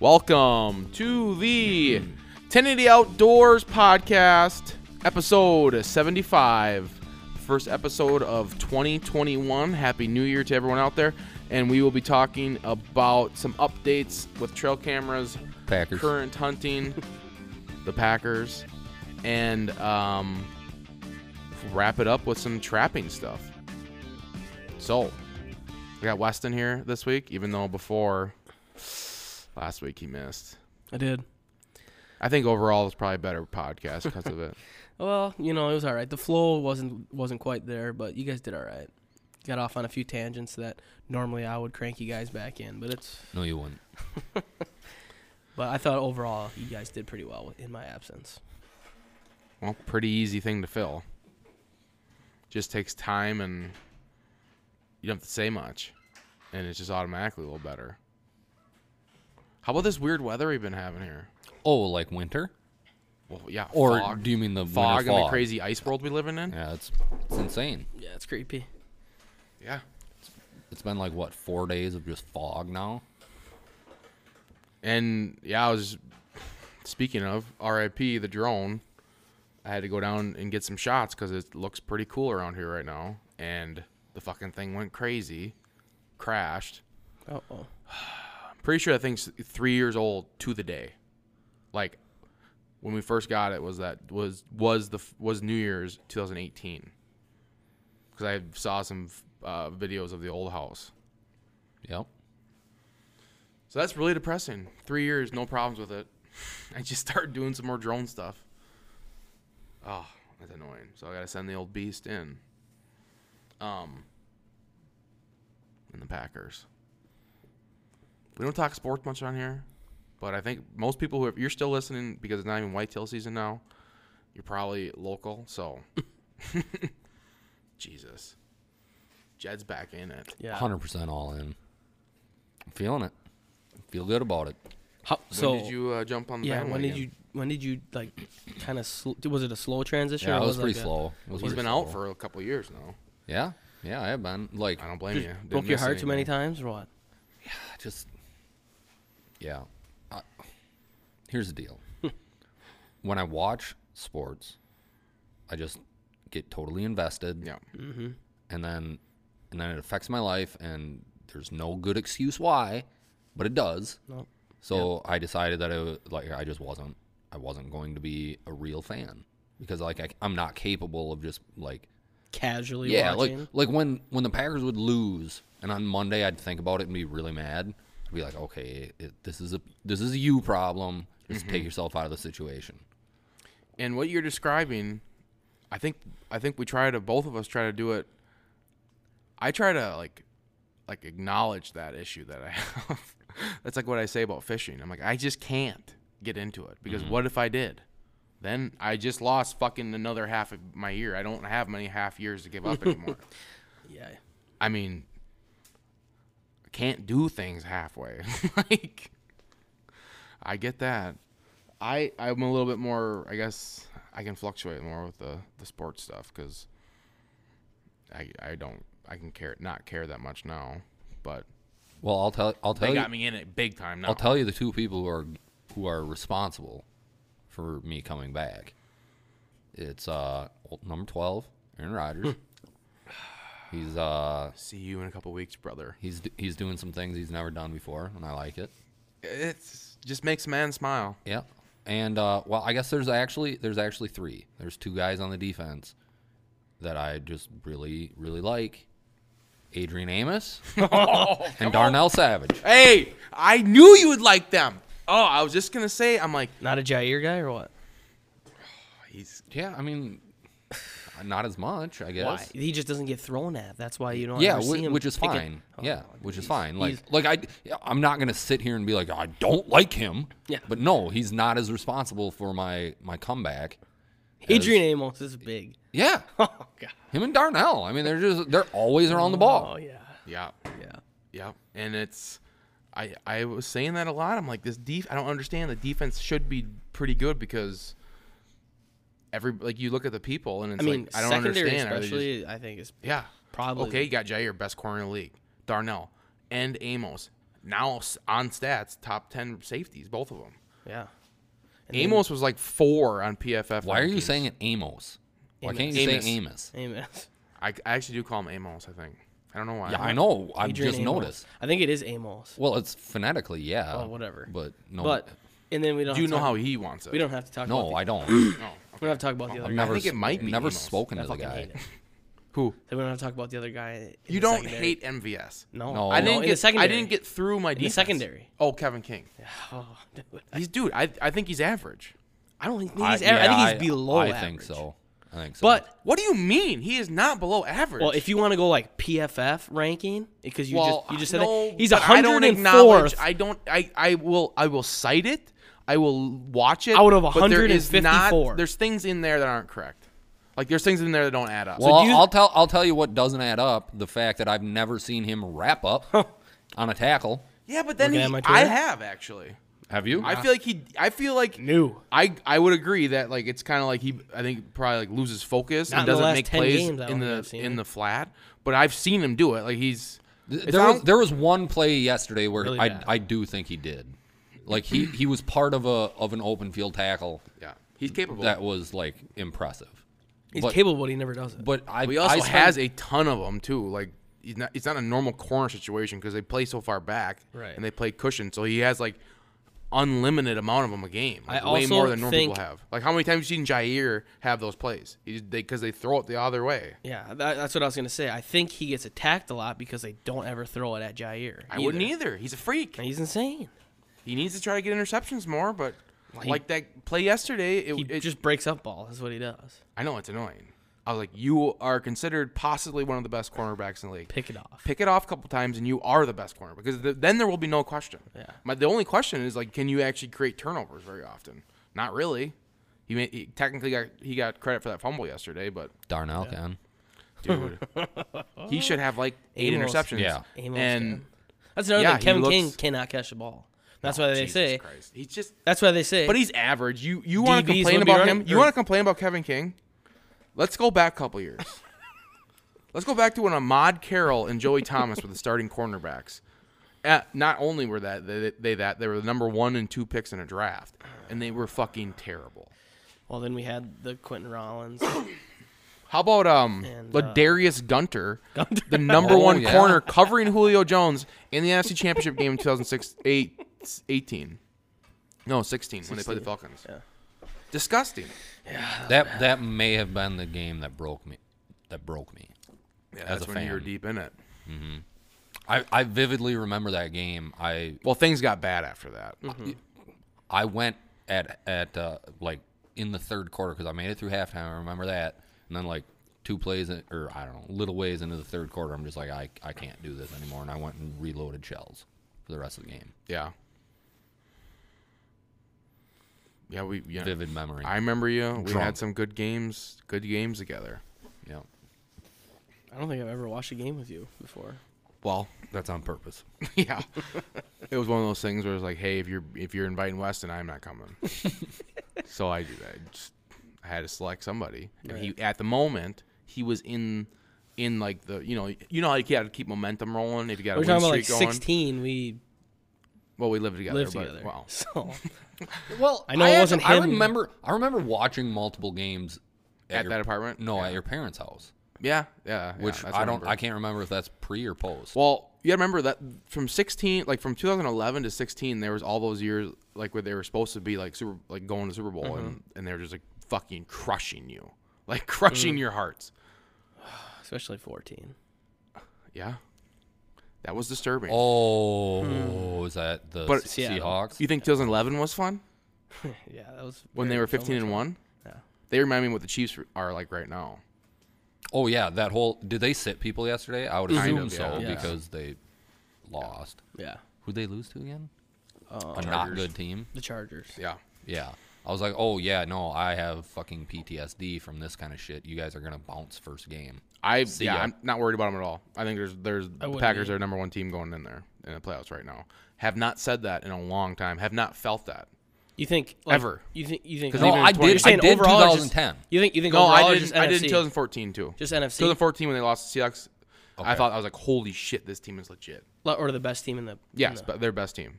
Welcome to the 1080 Outdoors Podcast, episode 75. First episode of 2021. Happy New Year to everyone out there. And we will be talking about some updates with trail cameras, Packers. current hunting, the Packers, and um, wrap it up with some trapping stuff. So, we got Weston here this week, even though before last week he missed. I did. I think overall it's probably a better podcast because of it. Well, you know, it was all right. The flow wasn't wasn't quite there, but you guys did all right. Got off on a few tangents that normally I would crank you guys back in, but it's No, you wouldn't. but I thought overall you guys did pretty well in my absence. Well, pretty easy thing to fill. Just takes time and you don't have to say much. And it's just automatically a little better. How about this weird weather we've been having here? Oh, like winter? Well, yeah. Or fog, do you mean the winter fog and the fog? crazy ice world we living in? Yeah, it's, it's insane. Yeah, it's creepy. Yeah. It's been like what four days of just fog now. And yeah, I was speaking of RIP the drone. I had to go down and get some shots because it looks pretty cool around here right now. And the fucking thing went crazy, crashed. Uh oh. pretty sure that thing's three years old to the day. Like when we first got it was that was was the was New Year's 2018. Because I saw some uh, videos of the old house, Yep. so that's really depressing. Three years, no problems with it. I just started doing some more drone stuff. Oh, that's annoying. So I gotta send the old beast in. Um, and the Packers. We don't talk sports much on here, but I think most people who if you're still listening because it's not even whitetail season now, you're probably local. So, Jesus, Jed's back in it. Yeah. Hundred percent all in. I'm feeling it. Feel good about it. How, so when did you uh, jump on the yeah, when bandwagon? did you when did you like kind of sl- was it a slow transition? Yeah, or it was like pretty a- slow. It was He's pretty been out slow. for a couple years now. Yeah, yeah, I have been. Like, I don't blame you. Broke your heart too many times or what? I just, yeah. I, here's the deal. when I watch sports, I just get totally invested. Yeah. Mm-hmm. and then and then it affects my life and there's no good excuse why but it does No. so i decided that it wa- like i just wasn't i wasn't going to be a real fan because like I, i'm not capable of just like Casually yeah watching. like like when when the packers would lose and on monday i'd think about it and be really mad i'd be like okay it, this is a this is a you problem just Mm-hmm. take yourself out of the situation And what you're describing, I think I think we try to both of us try to do it. I try to like like acknowledge that issue that I have. That's like what I say about fishing. I'm like I just can't get into it because what if I did? Then I just lost fucking another half of my year. I don't have many half years to give up anymore. yeah. I mean, I can't do things halfway. like, I get that. I I'm a little bit more. I guess I can fluctuate more with the the sports stuff because I I don't I can care not care that much now. But well i'll tell i'll tell they you got me in it big time now. Oh, I'll tell you the two people who are who are responsible for me coming back. It's uh old- number twelve, Aaron Rodgers. he's uh See you in a couple weeks, brother. he's d- he's doing some things he's never done before, and I like it. It's just makes a man smile. Yeah, and uh, well, I guess there's actually there's actually three. There's two guys on the defense that I just really really like. Adrian Amos and Darnell Savage. Hey, I knew you would like them. Oh, I was just gonna say. I'm like Not a Jair guy or what? he's Yeah, I mean, not as much, I guess. Why? He just doesn't get thrown at. That's why you don't. Yeah, ever see which, him which is pick it. fine. Oh, yeah, which is fine. Like, he's- like I, I'm not gonna sit here and be like, I don't like him. Yeah. But no, he's not as responsible for my my comeback. Adrian Amos is big. Yeah, Oh god. him and Darnell. I mean, they're just they're always around the Oh ball. yeah. Yeah. Yeah. Yeah, and it's I I was saying that a lot. I'm like this def I don't understand. The defense should be pretty good because every like you look at the people and it's I mean, like I don't secondary understand. Are they just- especially, I think is yeah, probably okay. You got Jair, best corner in the league. Darnell and Amos now s- on stats top ten safeties, both of them. yeah. Amos was like four on PFF. Why are you rankings. saying it Amos? Why can't Oh, Amos. you Amos. say Amos? Amos. I, I actually do call him Amos. I think I don't know why. Yeah, I know. I Adrian just Amos. noticed. I think it is Amos. Well, it's phonetically, yeah. Oh, whatever. But no, But and then we don't. Do have you to know talk- how he wants it? we don't have to talk. no, I about Oh, don't. The, we don't have to talk about the other. I've guy. never, think it might be never Amos. spoken I to the fucking guy. hate it. who? Then we don't have to talk about the other guy. in You the don't secondary. hate MVS. No, No. I Oh, didn't in get. the secondary. I didn't get through my the defense. secondary. Oh, Kevin King. Oh, dude. He's dude. I I think he's average. I don't think he's. I, I, I yeah, think he's below. I average. think so. I think so. But What do you mean? He is not below average. well, if you want to go like PFF ranking, because you Well, just you just I said that know, he's a but I hundred don't and acknowledge. fourth. I don't. I I will. I will cite it. I will watch it. Out of but there is not- 154. There's things in there that aren't correct. Like there's things in there that don't add up. Well, do you- I'll tell I'll tell you what doesn't add up: the fact that I've never seen him wrap up on a tackle. yeah, but then Looking he, at my Twitter? I have actually. Have you? I feel like he. I feel like New. I I would agree that like it's kind of like he. I think probably like loses focus Not in and the doesn't last make 10 plays games, I don't in think the I've seen in it. the flat. But I've seen him do it. Like he's. it's there was not- there was one play yesterday where Really I bad. I do think he did. Like he he was part of a of an open field tackle yeah, he's capable. that was like impressive. He's but- capable, but he never does it. But I But he also I spent- has a ton of them too. Like he's not, it's not a normal corner situation because they play so far back, Right. And they play cushion, so he has like unlimited amount of them a game. Like, I way also more than normal think- people have. Like how many times have you seen Jair have those plays? Because they, 'cause they throw it the other way. yeah, that, that's what I was gonna say. I think he gets attacked a lot because they don't ever throw it at Jair. I wouldn't either. He's a freak. And he's insane. He needs to try to get interceptions more, but he- like that play yesterday, it, He it just just breaks up ball. That's what he does. I know it's annoying. I was like, you are considered possibly one of the best cornerbacks in the league. Pick it off. pick it off a couple times and you are the best corner because th then there will be no question. Yeah. My, the only question is like, can you actually create turnovers very often? Not really. He, may, he technically got he got credit for that fumble yesterday, but Darnell can. dude, he should have like eight Amos. interceptions. Yeah. Amos and That's another Yeah, thing. Kevin he looks- Oh, King cannot catch the ball. That's why they Jesus say. Christ. he's just. That's why they say. But he's average. You you want to DBs complain would be about running- him? You or- want to complain about Kevin King? Let's go back a couple years. Let's go back to when Ahmad Carroll and Joey Thomas were the starting cornerbacks. Uh, not only were that they, they that they were the number one and two picks in a draft, and they were fucking terrible. well, then we had the Quentin Rollins. How about um And, uh, Ladarius Gunter, Gunter. the number Oh, one yeah. corner covering Julio Jones in the NFC Championship game in 2006 eight, 18. No, 16, when they played the Falcons. Disgusting. That that may have been the game that broke me. That broke me. Yeah, as that's a when you were fan. deep in it. I, I vividly remember that game. I Well, things got bad after that. I went at at uh, like in the third quarter because I made it through halftime. I remember that, and then like two plays in, or I don't know, little ways into the third quarter, I'm just like, I I can't do this anymore, and I went and reloaded shells for the rest of the game. Yeah. Yeah, we. Yeah. Vivid memory. I remember you. We Drunk. had some good games, good games together. yeah, I don't think I've ever watched a game with you before. Well, that's on purpose. yeah. it was one of those things where it's like, hey, if you're if you're inviting Weston, I'm not coming. so I, I just I had to select somebody, and he at the moment he was in in like the you know you know how you got to keep momentum rolling if you got a We're win talking streak about like going. 16. We Well, we lived together. lived but, together. Wow. So Well, I know it actually- wasn't I him. remember. I remember watching multiple games At your- that apartment? No, Yeah. at your parents' house, Yeah. Yeah. yeah, which that's what I don't. remember. I can't remember if that's pre or post. Well, you gotta remember that from 16, like from 2011 to 16, there was all those years like where they were supposed to be like super, like going to Super Bowl, Mm-hmm. and, and they were just like fucking crushing you, like Mm. crushing your hearts. especially 14. Yeah, that was disturbing. oh, Hmm. is that the But- Se- Seattle. Seahawks? you think 2011 was fun Yeah, that was when they very- were so 15 and much one? Yeah. They remind me what the Chiefs are like right now. Oh yeah, that whole did they sit people yesterday? I would Kind assume of, so yeah. Yeah. because they lost. Yeah, Who'd they lose to again? Uh, a not good team. the Chargers. Yeah. Yeah. I was like, oh yeah, no, I have fucking PTSD from this kind of shit. You guys are gonna bounce first game. I yeah, ya. I'm not worried about them at all. I think there's there's the wouldn't Packers are number one team going in there in the playoffs right now. Have not said that in a long time. Have not felt that. You think like, Ever. You think you think? 'Cause No, even I in 20 did. I saying did. overall or just- 2010. You think you think No, overall I or did. just I did NFC? 2014 too. just NFC 2014 when they lost to Seahawks. I Okay. thought I was like, holy shit, this team is legit. or the best team in the. Yes, in the- but their best team.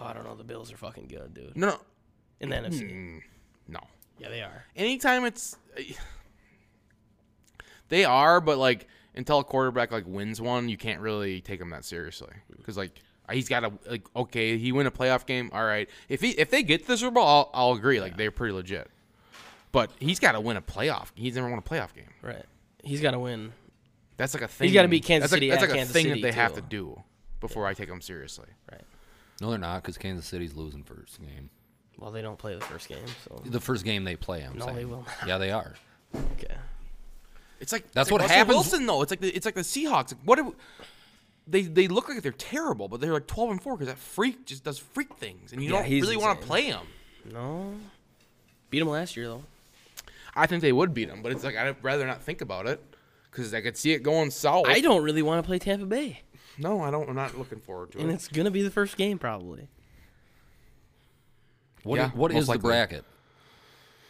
oh, I don't know. The Bills are fucking good, dude. No, no, In the NFC, Hmm. no. yeah, they are. Anytime it's they are, but like until a quarterback like wins one, you can't really take him that seriously because like he's got to like okay, he win a playoff game. All right, if he if they get to the Super Bowl, I'll, I'll agree. Like they're pretty legit, but he's got to win a playoff. He's never won a playoff game. Right. He's got to win. That's like a thing. gotta beat Kansas that's like- City That's at like a Kansas thing City, that they have too. to do before I take him seriously. Right. No, they're not because Kansas City's losing first game. Well, they don't play the first game, so The first game they play. I'm No, saying. they will Yeah, they are. okay. It's like That's it's what like Russell happens- Wilson though. It's like the, it's like the Seahawks. Like, what? Are, they they look like they're terrible, but they're like twelve and four because that freak just does freak things, and you Yeah, don't he's really want to insane. play him. No. Beat him last year though. I think they would beat him, but it's like I'd rather not think about it because I could see it going south. I don't really want to play Tampa Bay, No, I don't. I'm not looking forward to and it. it's gonna be the first game probably. What? Yeah, what most is likely. the bracket?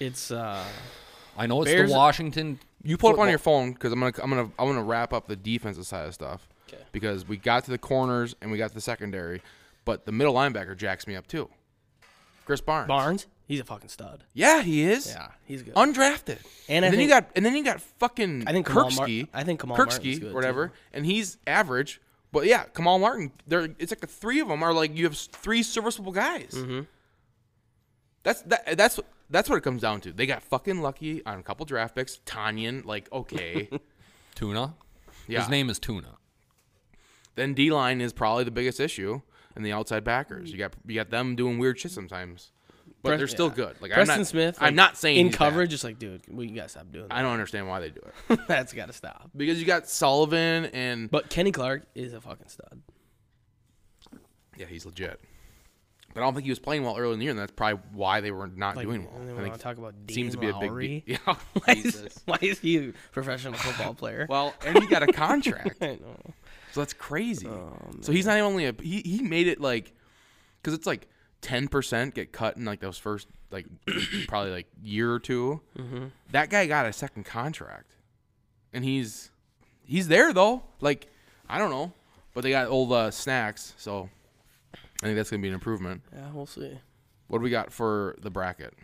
It's uh, I know it's Bears- the Washington. You pull up on your phone because I'm gonna I'm gonna I'm gonna wrap up the defensive side of stuff 'Kay. because we got to the corners and we got to the secondary, but the middle linebacker jacks me up too. Chris Barnes. Barnes. He's a fucking stud. Yeah, he is. Yeah, he's good. undrafted. And, And I then think- you got and then you got fucking I think Kamal Mar- Kirksky. I think Kamal Martin's Kirksky, good, whatever, too. and he's average. But yeah, Kamal Martin. There, it's like the three of them are like you have s- three serviceable guys. Mm-hmm. That's that. That's that's what it comes down to. They got fucking lucky on a couple draft picks. Tanyan, like okay, Tuna. yeah. His name is Tuna. Then D line is probably the biggest issue, and the outside backers. You got you got them doing weird shit sometimes, but Pres- they're still yeah. good. Like Preston I'm not, Smith. like, I'm not saying in he's bad. coverage. It's like, dude, we gotta stop doing I don't understand why they do it. that. That's gotta stop. because you got Sullivan and But Kenny Clark is a fucking stud. yeah, he's legit. But I don't think he was playing well early in the year, and that's probably why they were not Like, doing well. and then I we think want to talk about it Dean seems to be a big Lowry. deal. Yeah. Why is, why is he a professional football player? well, and he got a contract, I know. so that's crazy. so he's not only a he he made it like because it's like ten percent get cut in like those first like probably like year or 2 That guy got a second contract, and he's he's there though. Like I don't know, but they got old uh, snacks, so I think that's gonna be an improvement. Yeah, we'll see. What do we got for the bracket?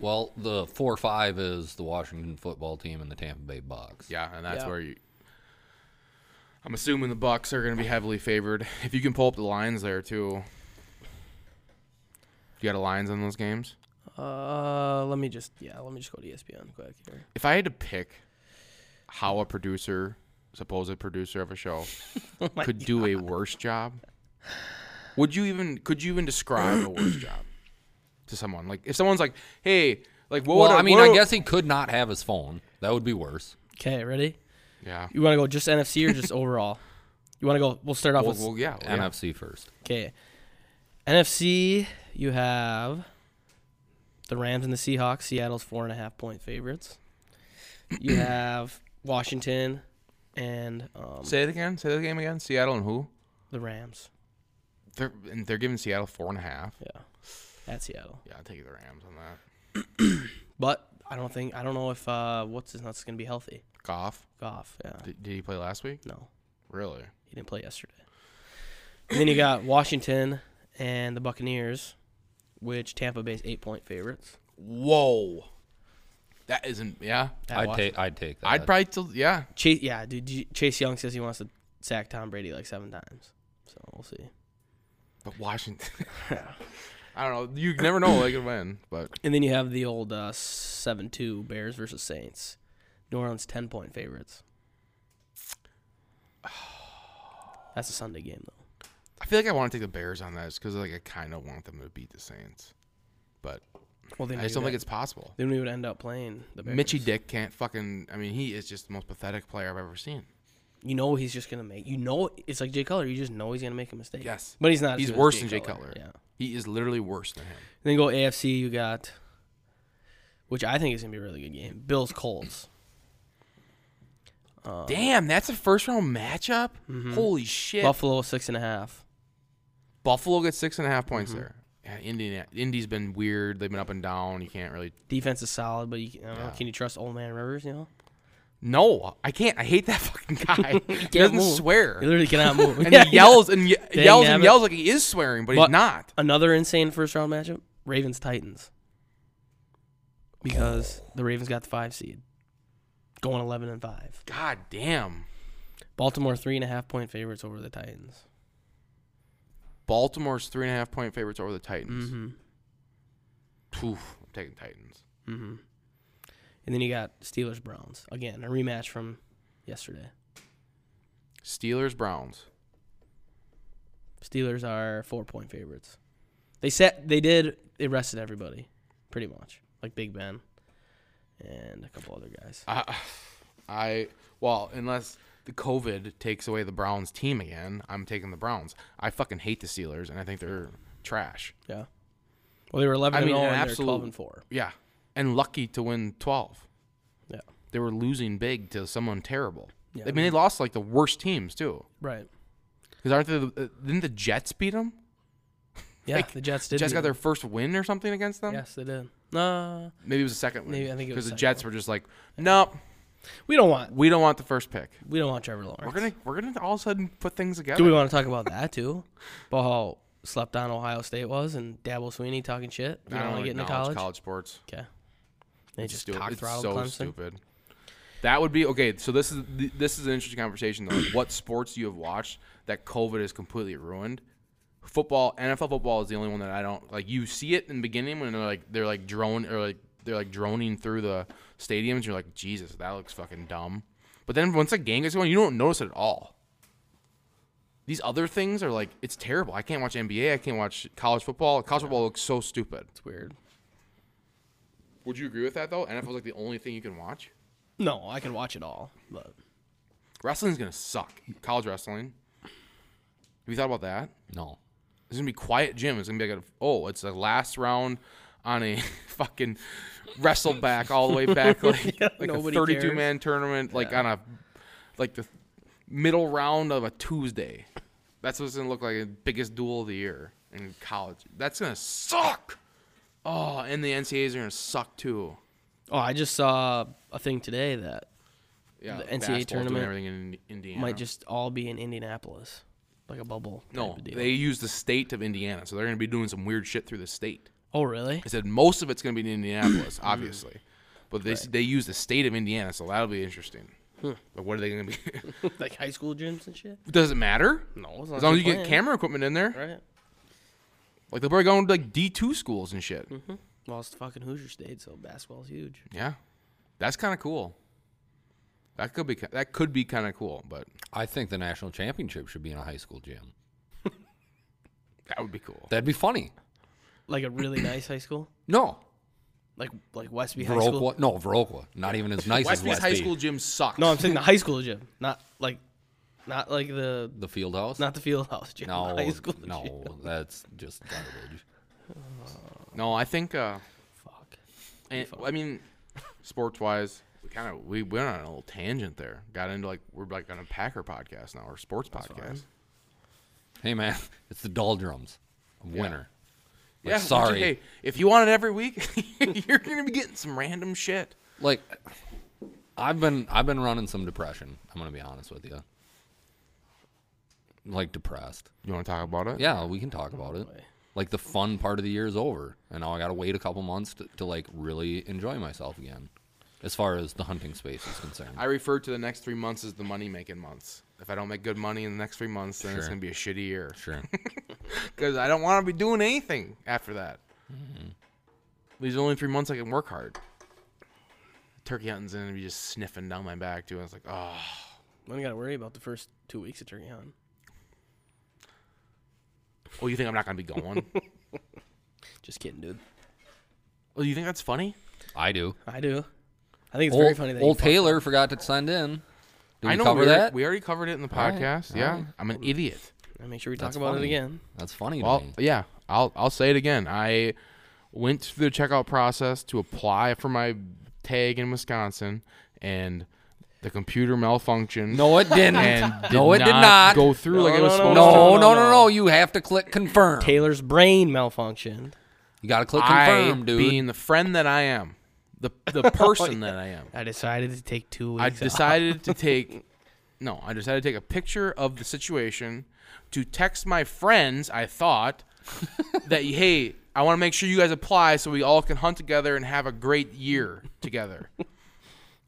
Well, the four five is the Washington football team and the Tampa Bay Bucks. Yeah, and that's Yeah. where you. I'm assuming the Bucks are going to be heavily favored. If you can pull up the lines there too. You got a lines on those games. Uh, let me just yeah, let me just go to E ESPN quick here. If I had to pick how a producer, supposed producer of a show, could do a worse job, would you even could you even describe a worse job to someone? Like if someone's like, "Hey, like what?" Well, would a- I mean, what I a- guess he could not have his phone. That would be worse. Okay, ready? Yeah. You want to go just NFC or just overall? You want to go? We'll start off Well, with well, yeah. yeah. NFC first. okay. NFC, you have the Rams and the Seahawks. Seattle's four and a half point favorites. You have Washington and um, Say it again. Say the game again. Seattle and who? the Rams. They're and they're giving Seattle four and a half. Yeah, at Seattle. Yeah, I'll take the Rams on that. But I don't think I don't know if uh, what's his nuts gonna be healthy. Goff. Goff. Yeah. Did, did he play last week? No, Really? he didn't play yesterday. And then you got Washington and the Buccaneers, which Tampa Bay's eight point favorites. Whoa. That isn't. Yeah. at I'd Washington. take. I'd take that. I'd probably still. Yeah. Chase, yeah, dude. you- Chase Young says he wants to sack Tom Brady like seven times, so we'll see. But Washington. I don't know. You never know. They could win. But And then you have the old uh, seven two Bears versus Saints. New Orleans ten point favorites. That's a Sunday game though. I feel like I want to take the Bears on that because like I kind of want them to beat the Saints. but Well, they I knew just don't think that. it's possible. Then we would end up playing the Bears. Mitchy Dick can't fucking. I mean, he is just the most pathetic player I've ever seen. You know he's just gonna make. You know it's like Jay Cutler. You just know he's gonna make a mistake. Yes. but he's not. as He's good as worse than Jay Cutler. Yeah. He is literally worse than him. Then go AFC. You got, which I think is gonna be a really good game. Bills Colts. Damn, that's a first round matchup. Holy shit! Buffalo six and a half. Buffalo gets six and a half Mm-hmm. points there. Yeah, Indiana, Indy's been weird. They've been up and down. You can't really. Defense is solid, but you, I don't know, Yeah. can you trust Old Man Rivers? You know, No, I can't. I hate that fucking guy. he doesn't move. swear, he literally cannot move. and Yeah. he yells and ye- Dang yells and nabbit. yells like he is swearing, but, he's But- not. Another insane first round matchup: Ravens Titans. Because the Ravens got the five seed, going eleven and five. God damn. Baltimore three and a half point favorites over the Titans. Baltimore's three and a half point favorites over the Titans. Oof, I'm taking Titans. Mm-hmm. And then you got Steelers Browns again, a rematch from yesterday. Steelers Browns. Steelers are four point favorites. They set. They did. They rested everybody, pretty much, like Big Ben, and a couple other guys. I, I well, unless the COVID takes away the Browns team again, I'm taking the Browns. I fucking hate the Steelers, and I think they're trash. Yeah. Well, they were eleven I mean, and zero, an and absolute- they're twelve and four. Yeah, and lucky to win twelve. Yeah. They were losing big to someone terrible. Yeah, I mean, they lost like the worst teams too. Right. Because aren't they? The, uh, didn't the Jets beat them? Yeah. Like, the Jets The did. Jets beat got their them. first win or something against them. Yes, they did. Nah, Maybe it was the second win. Maybe- I think it because was the second Jets one. were just like, nope, we don't want. we don't want the first pick. We don't want Trevor Lawrence. We're gonna we're gonna all of a sudden put things together. Do we want to talk about that too? About how slept on Ohio State was and Dabble Sweeney talking shit. We I don't, don't want to get into acknowledge college. college sports. Okay. They It's just stu- cock it's throttled so Clemson. stupid. That would be okay. So this is th- this is an interesting conversation though. Like, what sports you have watched that COVID has completely ruined? Football, NFL football is the only one that I don't like. You see it in the beginning when they're like they're like drone or like they're like droning through the stadiums. You're like Jesus, that looks fucking dumb. But then once a game gets going, you don't notice it at all. These other things are like it's terrible. I can't watch NBA. I can't watch college football. College football looks so stupid. It's weird. Would you agree with that though? NFL's like the only thing you can watch. No, I can watch it all, but Wrestling's gonna suck. College wrestling. Have you thought about that? No. It's gonna be quiet gym. It's gonna be like a, oh, it's the last round on a fucking wrestle back all the way back like like a nobody thirty two cares. man tournament like on a like the middle round of a Tuesday. That's what's gonna look like the biggest duel of the year in college. That's gonna suck. Oh, and the NCAAs are gonna suck too. oh, I just saw a thing today that Yeah, The basketball's NCAA doing tournament everything in Indiana might just all be in Indianapolis, like a bubble. No, type of deal. they use the state of Indiana, so they're going to be doing some weird shit through the state. Oh, really? I said most of it's going to be in Indianapolis, obviously, but they they use the state of Indiana, so that'll be interesting. But what are they going to be? like high school gyms and shit. Does it matter? No, As long as you you're get playing, camera equipment in there, Right. like they're probably going to like D two schools and shit. Well, it's fucking Hoosier State, so basketball's huge. Yeah, that's kind of cool. That could be ki- that could be kind of cool, but I think the national championship should be in a high school gym. that would be cool. That'd be funny. Like a really nice high school, No. like like Westby High School. Verroqua. No, Verroqua. Not even as nice as Westby's high Westby. school gym sucks. No, I'm saying the high school gym, not like, not like the The field house? not the field house gym. no, the high school no, gym. that's just garbage. no, I think. Uh, Fuck. And, I mean, sports wise, we kind of we went on a little tangent there. Got into like we're like on a Packer podcast now or sports podcast. Hey, man, it's the doldrums of winter. Like, Yeah, sorry. Hey, if you want it every week, you're gonna be getting some random shit. Like, I've been I've been running some depression. I'm gonna be honest with you. Like depressed. You want to talk about it? Yeah, we can talk about it. Like the fun part of the year is over, and now I gotta wait a couple months to, to like really enjoy myself again, as far as the hunting space is concerned. I refer to the next three months as the money making months. If I don't make good money in the next three months, then it's Sure. gonna be a shitty year sure. because I don't want to be doing anything after that. Mm-hmm. These are the only three months I can work hard. Turkey hunting's gonna be just sniffing down my back too. I was like, oh, I don't gotta worry about the first two weeks of turkey hunting. oh, you think I'm not gonna be going? Just kidding, dude. Oh, you think that's funny? I do. I do. I think it's old very funny that old you fucked Taylor forgot to send in. Did I we know cover we already, that? we already covered it in the right, podcast. all yeah, right. I'm an idiot. up. And make sure we talk That's about it funny. again. That's funny Well, to me. yeah, I'll I'll say it again. I went through the checkout process to apply for my tag in Wisconsin, and the computer malfunctioned. No, it didn't. and did no, it not did not. go through like it was no, supposed to. no, no, no. no, You have to click confirm. Taylor's brain malfunctioned. You got to click I, confirm, dude. Oh, being the friend that I am, the the person that I am, I decided to take two weeks. I off. decided to take. No, I decided to take a picture of the situation to text my friends. I thought that hey, I want to make sure you guys apply so we all can hunt together and have a great year together.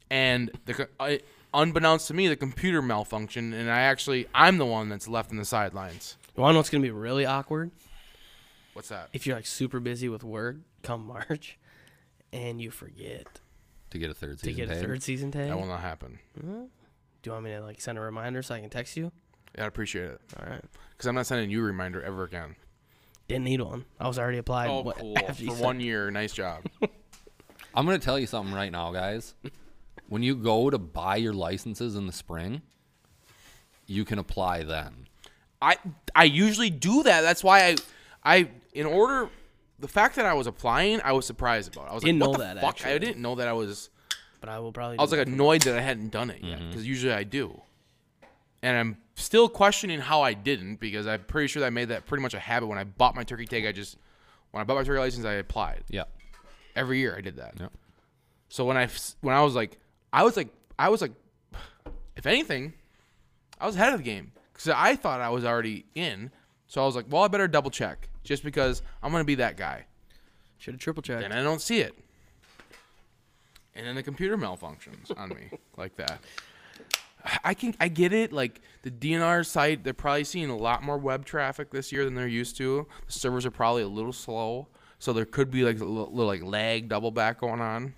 and the co- I, unbeknownst to me, the computer malfunctioned, and I actually I'm the one that's left in the sidelines. You want to know what's gonna be really awkward? What's that? If you're like super busy with work come March, and you forget to get a third to season get a tag. third season tag. That will not happen. Do you want me to like send a reminder so I can text you? Yeah, I appreciate it. All right. Because I'm not sending you a reminder ever again. Didn't need one. I was already applied. Oh, what- cool. after you For said- one year, nice job. I'm gonna tell you something right now, guys. When you go to buy your licenses in the spring, you can apply then. I I usually do that. That's why I I in order the fact that I was applying, I was surprised about. It. I was Didn't like, know what the that, fuck? I actually. didn't know that I was. But I will probably. I was like annoyed that I hadn't done it Mm-hmm. yet because usually I do, and I'm still questioning how I didn't because I'm pretty sure that I made that pretty much a habit when I bought my turkey tag. I just when I bought my turkey license, I applied. Yeah. Every year I did that. Yep. So when I f- when I was like I was like I was like if anything, I was ahead of the game cuz I thought I was already in. So I was like, well, I better double check just because I'm going to be that guy. should have triple checked. And I don't see it. And then the computer malfunctions on me like that. I can I get it. Like the DNR site, they're probably seeing a lot more web traffic this year than they're used to. The servers are probably a little slow, so there could be like a little, little like lag, double back going on.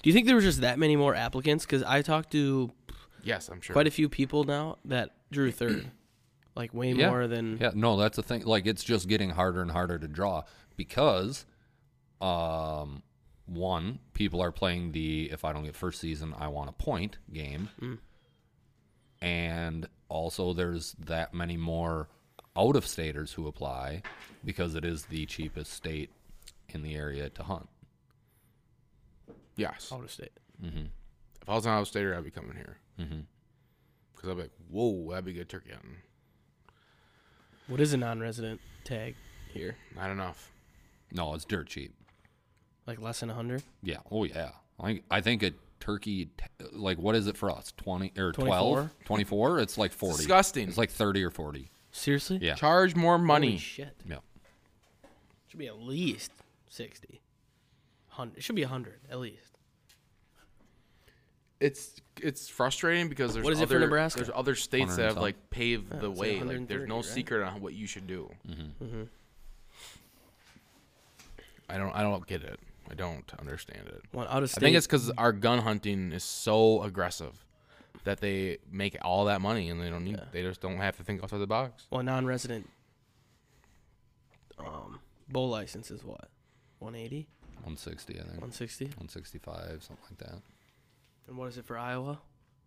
Do you think there were just that many more applicants? Because I talked to Yes, I'm sure. quite a few people now that drew third, like way Yeah. more than. Yeah. No, that's the thing. Like it's just getting harder and harder to draw because, um, one people are playing the if I don't get first season, I want a point game, Mm. and also there's that many more out of staters who apply because it is the cheapest state in the area to hunt. yes. Out of state. If I was an Iowa Stater, I'd be coming here. Mm-hmm. Because I'd be like, whoa, that'd be good turkey hunting. What is a non-resident tag here? Not enough. No, it's dirt cheap. Like less than hundred. Yeah. Oh yeah. I I think a turkey t- like what is it for us? 20 or 24? 12? 24? It's like 40. Disgusting. It's like 30 or 40. Seriously? Yeah. Charge more money. Holy shit. Yeah. Should be at least sixty. Hundred. It should be hundred at least. it's it's frustrating because there's What is it for other, Nebraska? There's other states that have 100 like paved the it's like way. Like, there's 130, no right? secret on what you should do. Mm-hmm. I don't I don't get it. I don't understand it. One out of state. I think it's because our gun hunting is so aggressive that they make all that money and they don't need. They just don't have to think outside the box. well non-resident. Um, bow license is what? 180, 160, I think. 160, 165, something like that. and what is it for Iowa?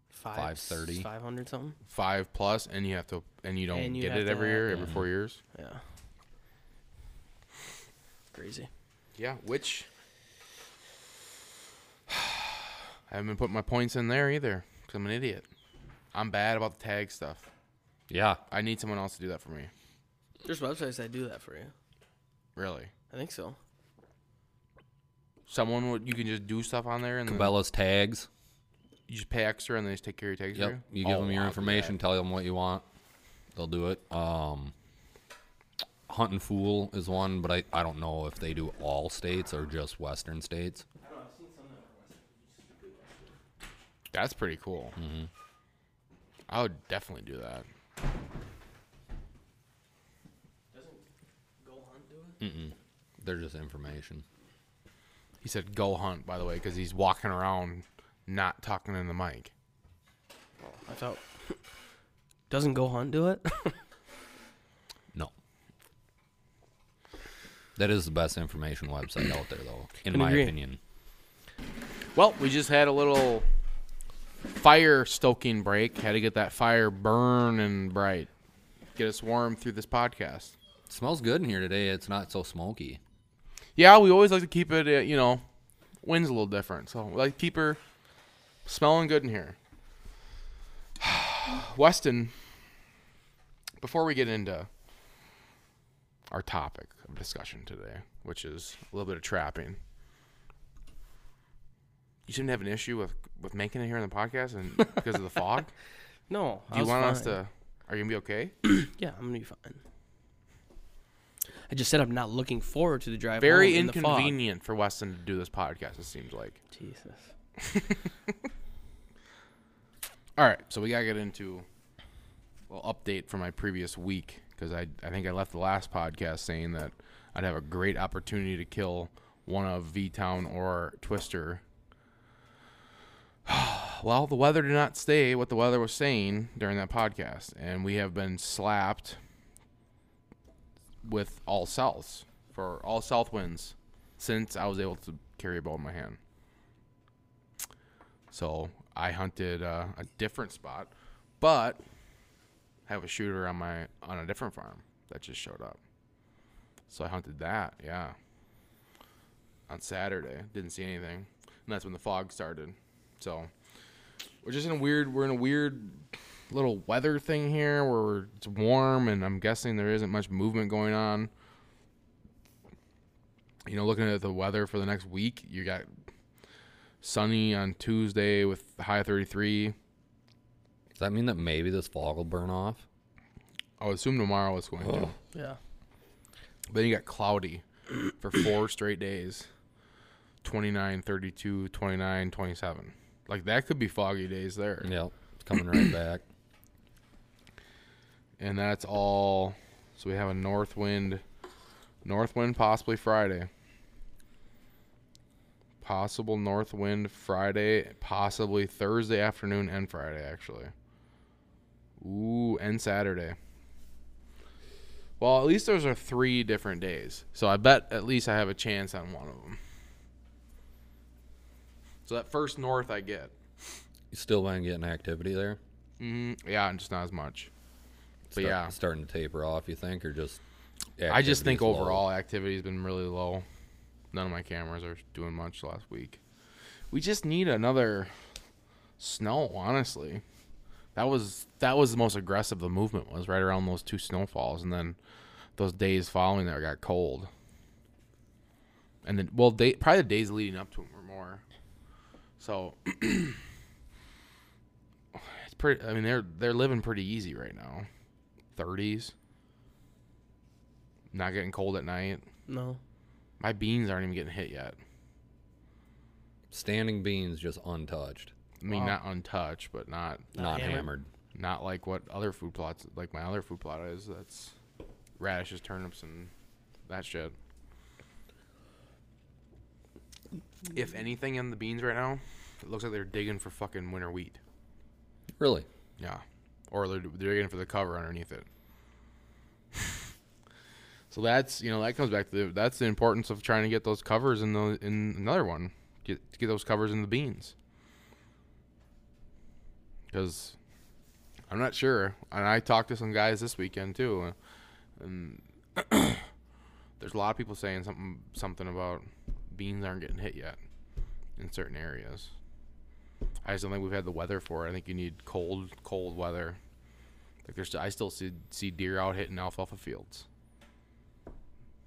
Five, 530. five hundred something. Five plus, and you have to, and you don't And you get have it to every have- year, every four years. Yeah. Crazy. Yeah, which I haven't been putting my points in there either because I'm an idiot. I'm bad about the tag stuff. Yeah. I need someone else to do that for me. There's websites that do that for you. Really, I think so. someone would you can just do stuff on there and then Cabela's tags. you just pay extra and they just take care of your tags. Yep. For You give Oh, them your I'll do information, that. tell them what you want. They'll do it. Um Hunt and Fool is one, but I, I don't know if they do all states or just western states. That's pretty cool. Mm-hmm. I would definitely do that. They're just information. He said go hunt by the way because he's walking around not talking in the mic. I thought. Doesn't Go Hunt do it? No. That is the best information website out there, though, in Can my agree. opinion. Well, we just had a little fire stoking break. Had to get that fire burning bright. Get us warm through this podcast. It smells good in here today. It's not so smoky. Yeah, we always like to keep it, uh, you know, wind's a little different. So we like to keep her smelling good in here. Weston, before we get into our topic of discussion today, which is a little bit of trapping, you seem to have an issue with, with making it here on the podcast and because of the fog. No, I Do you was want us fine. to? Are you gonna be okay? Yeah, I'm gonna be fine. I just said I'm not looking forward to the drive. Very home in the fog. inconvenient for Weston to do this podcast. It seems like. Jesus. All right, so we gotta get into a little update from my previous week because I I think I left the last podcast saying that I'd have a great opportunity to kill one of V Town or Twister. well, the weather did not stay what the weather was saying during that podcast, and we have been slapped with all souths for all south winds since I was able to carry a bow in my hand. So I hunted uh, a different spot, but have a shooter on my on a different farm that just showed up. So I hunted that, yeah. On Saturday, didn't see anything, and that's when the fog started. So we're just in a weird we're in a weird little weather thing here where we're- it's warm and I'm guessing there isn't much movement going on. You know, looking at the weather for the next week, you got sunny on Tuesday with high 33. Does that mean that maybe this fog will burn off? I would assume tomorrow it's going to. Yeah. Then you got cloudy for four straight days 29, 32, 29, 27. Like that could be foggy days there. Yep, it's coming right back. And that's all. So we have a north wind, north wind possibly Friday. Possible north wind Friday, possibly Thursday afternoon and Friday actually. Ooh, and Saturday. Well, at least those are three different days. So I bet at least I have a chance on one of them. So that first north I get. You still been getting activity there? Mm, yeah, just not as much. But Start- yeah. starting to taper off. You think, or just? I just activity's think low? overall activity has been really low. None of my cameras are doing much last week. We just need another snow, honestly. That was that was the most aggressive the movement was right around those two snowfalls and then those days following that got cold. And then well, day, probably the days leading up to them were more. So it's pretty I mean they're they're living pretty easy right now. 30s not getting cold at night. No. My beans aren't even getting hit yet. standing beans just untouched, I mean, not untouched, but not not hammered? hammered. not like what other food plots like my other food plot is. That's radishes, turnips, and that shit. If anything in the beans right now, it looks like they're digging for fucking winter wheat. Really? Yeah, or they're, they're digging for the cover underneath it. so that's you know that comes back to the, that's the importance of trying to get those covers in the in another one, get get those covers in the beans. Because I'm not sure, and I talked to some guys this weekend too, uh, and there's a lot of people saying something something about beans aren't getting hit yet in certain areas. I just don't think we've had the weather for it. I think you need cold, cold weather. Like there's, I still see see deer out hitting alfalfa fields.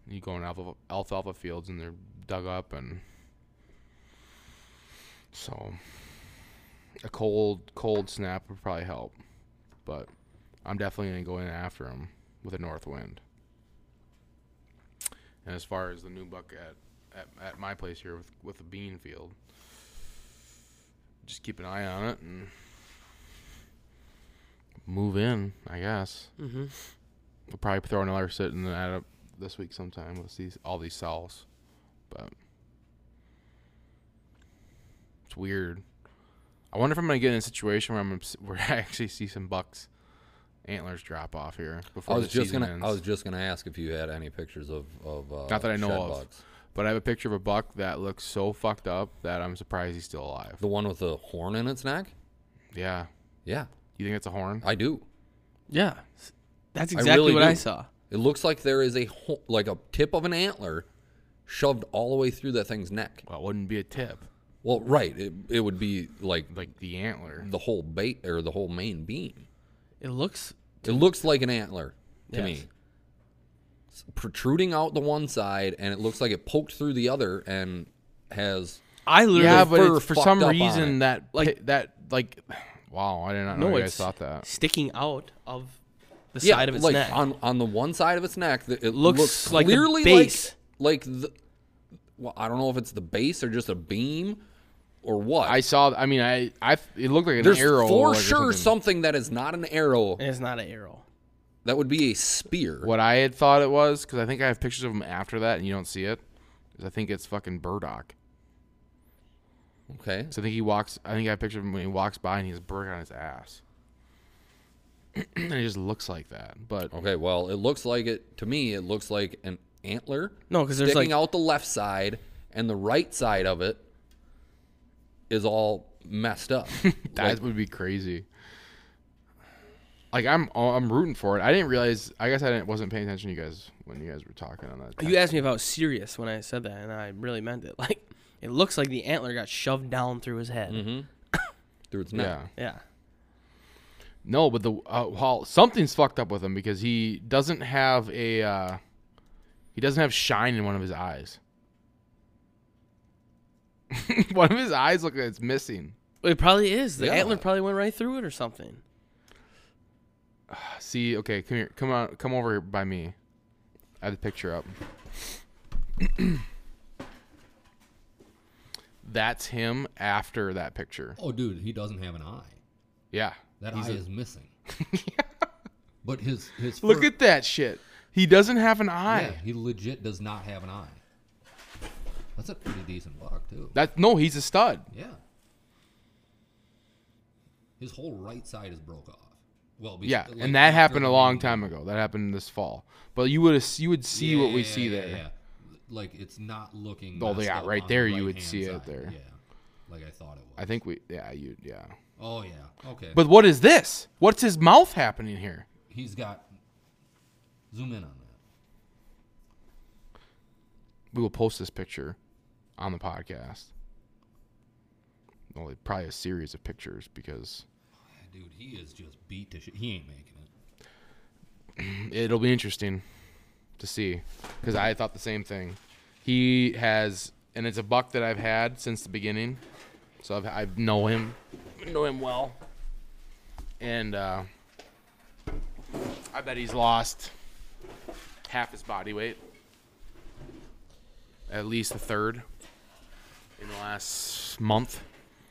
You go in alfalfa, alfalfa fields and they're dug up and so a cold, cold snap would probably help. But I'm definitely gonna go in after him with a north wind. And as far as the new buck at, at, at my place here with with the bean field, just keep an eye on it and move in, I guess. Mm-hmm. We'll probably throw another sit and add up this week sometime with these all these cells, but it's weird. I wonder if I'm gonna get in a situation where I'm obs- where I actually see some bucks antlers drop off here before I was the just season gonna. ends. I was just gonna ask if you had any pictures of of uh, Not that I know shed of. bucks. But I have a picture of a buck that looks so fucked up that I'm surprised he's still alive. The one with the horn in its neck. Yeah. Yeah, You think it's a horn? I do. Yeah. That's I exactly really what do. I saw. It looks like there is a ho- like a tip of an antler shoved all the way through that thing's neck. Well, it wouldn't be a tip. Well, right. It, it would be like Like the antler. the whole bait or the whole main beam. It looks It looks like an antler to Yes. me. It's protruding out the one side, and it looks like it poked through the other, and has I literally Yeah, but fur it's, for fucked some up on reason it. that Like- like that like wow, I did not know no, you it's guys thought that. sticking out of the yeah, side of its like neck. on on the one side of its neck. th- It Looks looks, like a clearly base. like like the. Well, I don't know if it's the base or just a beam, or what. I saw I mean I I it looked like an There's arrow for like, or sure something. something that is not an arrow. And it's not an arrow. That would be a spear. what I had thought it was cuz I think I have pictures of him after that and you don't see it. Is I think it's fucking burdock. Okay. So I think he walks. I think I pictured him when he walks by and he has a bird on his ass. and it just looks like that. But Okay. Well, it looks like it to me. It looks like an antler No, because there's sticking like out the left side, and the right side of it is all messed up. that would be crazy. Like I'm, I'm rooting for it. I didn't realize. I guess I didn't, wasn't paying attention to you guys when you guys were talking on that. you asked me if I was serious when I said that, and I really meant it. Like it looks like the antler got shoved down through his head. Mm-hmm. through its yeah. neck. Yeah. No, but the uh, well, something's fucked up with him because he doesn't have a. Uh, he doesn't have shine in one of his eyes. one of his eyes look like it's missing. It probably is. The Yeah. antler probably went right through it or something. See, okay, come here, come on, come over here by me. I have the picture up. That's him after that picture. Oh, dude, he doesn't have an eye. Yeah. That He's eye a- is missing. But his his Look fur- at that shit. He doesn't have an eye. yeah, he legit does not have an eye. That's a pretty decent buck too. That no, he's a stud. yeah. His whole right side is broke off. Well, be- Yeah, like and that after happened a the long main- time ago. That happened this fall. But you would you would see what we Yeah, see yeah, there. yeah. Like it's not looking. Oh, messed yeah, up right on there the you would right-hand see it side. there. Yeah, like I thought it was. I think we yeah, you yeah. Oh yeah. Okay. But what is this? What's his mouth happening here? he's got. Zoom in on that. we will post this picture on the podcast. Well, probably a series of pictures because Dude, he is just beat to shit. He ain't making it. it'll be interesting to see. Because I thought the same thing. He has, and it's a buck that I've had since the beginning, so I've I know him, know him well, and uh, I bet he's lost half his body weight, at least a third, in the last month.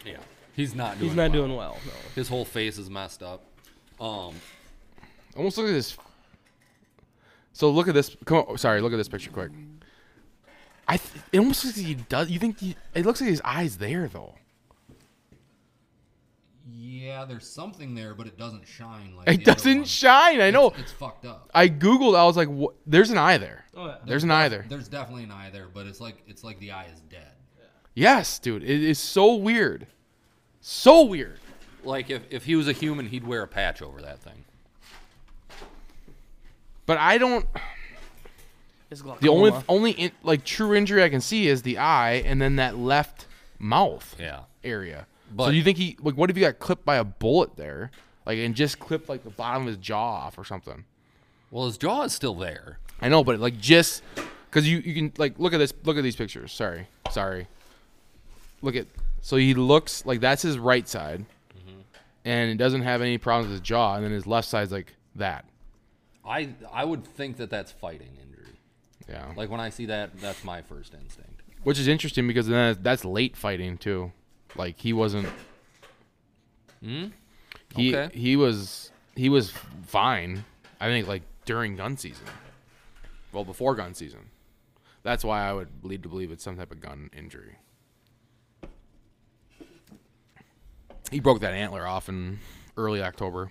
Yeah. He's not doing. He's not well. doing well. No. His whole face is messed up. Um. Almost look at this. So look at this. Come on, sorry, look at this picture quick. I. Th- it almost looks like he does. You think he, it looks like his eyes there though. Yeah, there's something there, but it doesn't shine like. It the other one. doesn't shine. I know. It's, it's fucked up. I googled. I was like, what? "There's an eye there. Oh, yeah. There's an eye there." There's definitely an eye there, but it's like it's like the eye is dead. Yes, dude. It is so weird. So weird. Like if, if he was a human, he'd wear a patch over that thing. But I don't. It's The only glaucoma. only in, like true injury I can see is the eye and then that left mouth Yeah. area. so But- you think he like what if he got clipped by a bullet there, like and just clipped like the bottom of his jaw off or something? Well, his jaw is still there. I know, but like just because you you can like look at this look at these pictures. Sorry, sorry. Look at so he looks like that's his right side, Mm-hmm. and it doesn't have any problems with his jaw, and then his left side's like that. I I would think that that's fighting injury. Yeah, Like when I see that, that's my first instinct. which is interesting because then that's late fighting too. Like he wasn't. He Okay. he was he was fine. I think like during gun season, well before gun season. That's why I would lead to believe it's some type of gun injury. He broke that antler off in early October.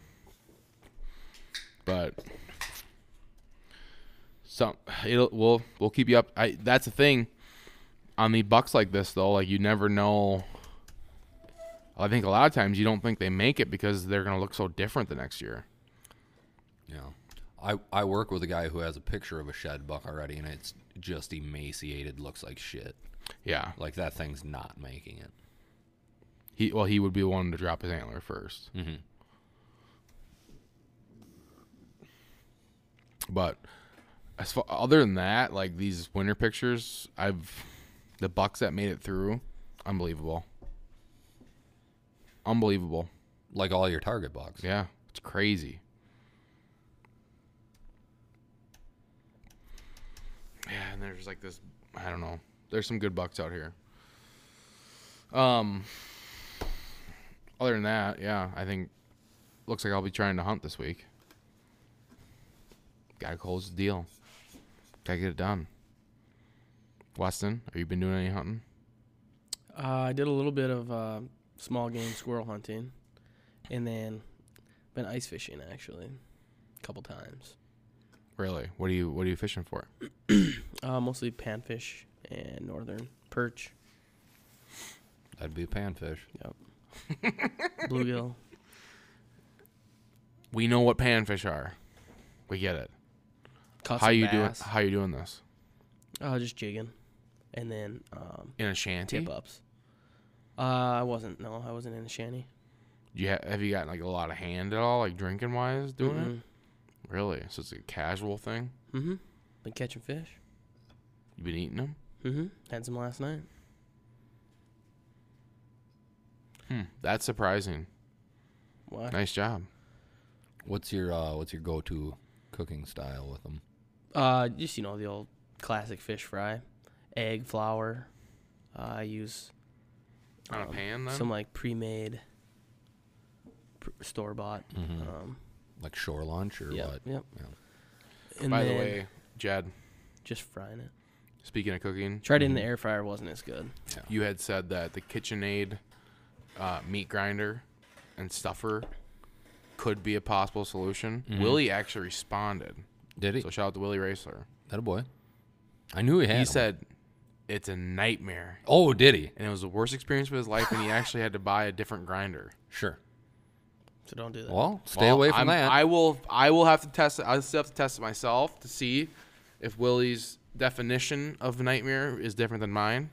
but some it'll we'll we'll keep you up. I that's the thing on the bucks like this though. Like you never know. I think a lot of times you don't think they make it because they're gonna look so different the next year. Yeah. I, I work with a guy who has a picture of a shed buck already, and it's just emaciated, looks like shit. Yeah, Like that thing's not making it. he well he would be one to drop his antler 1st Mm-hmm. But as far other than that, like these winter pictures, I've the bucks that made it through, unbelievable, unbelievable. Like all your target bucks. Yeah, it's crazy. Yeah, and there's like this. I don't know. There's some good bucks out here. Um. Other than that, yeah, I think looks like I'll be trying to hunt this week. Gotta close the deal. Gotta get it done. Weston, have you been doing any hunting? Uh, I did a little bit of uh, small game squirrel hunting, and then been ice fishing actually, a couple times. Really? What are you What are you fishing for? Uh, mostly panfish and northern perch, That'd be a panfish. bluegill. We know what panfish are. We get it. caught How some you doing? bass. How you doing this? Uh, just jigging, and then um, In a shanty? tip ups. Uh, I wasn't. No, I wasn't in the shanty. You ha- have you gotten like a lot of hand at all, like drinking wise, doing Mm-mm. it? Really? So it's a casual thing. Mm-hmm. Been catching fish. You've been eating them. Mm-hmm. Had some last night. Hmm. That's surprising. What? Nice job. What's your uh, What's your go to cooking style with them? Uh, just you know the old classic fish fry, egg flour. Uh, I use On a Um, pan then. some like pre-made, pr- store-bought. Mm-hmm. Um, Like shore lunch or yeah, what? yep. Yeah. And By the then way, Jed, just frying it. speaking of cooking, Tried it in the air fryer, wasn't as good. you had said that the KitchenAid uh, meat grinder and stuffer could be a possible solution. Mm-hmm. Willie actually responded. Did he? So shout out to Willie Racer. That a boy. I knew he had. He 'em. said, "It's a nightmare." "Oh, did he? And it was the worst experience of his life, and he actually had to buy a different grinder. Sure. So don't do that. Well, stay Well, away from I'm- that. I will. I will have to test. it- I'll still have to test it myself to see if Willie's definition of nightmare is different than mine.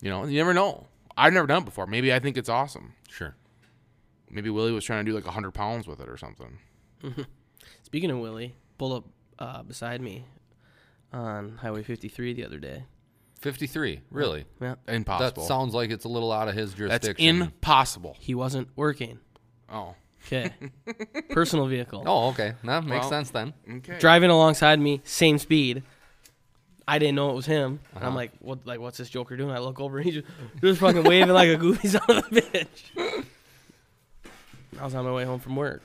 You know, you never know. I've never done it before. Maybe I think it's awesome. sure. Maybe Willie was trying to do like hundred pounds with it or something. Speaking of Willie, pull up uh, beside me on Highway 53 the other day. Fifty-three. Really? Yeah, Impossible. That sounds like it's a little out of his That's jurisdiction. impossible. he wasn't working. Oh, Okay, personal vehicle. Oh, okay. That makes Well- sense then. okay. driving alongside me, same speed. I didn't know it was him. And Uh-huh. I'm like, what? Like, what's this joker doing? I look over, and he's just, just fucking waving like a goofy son of a bitch. I was on my way home from work.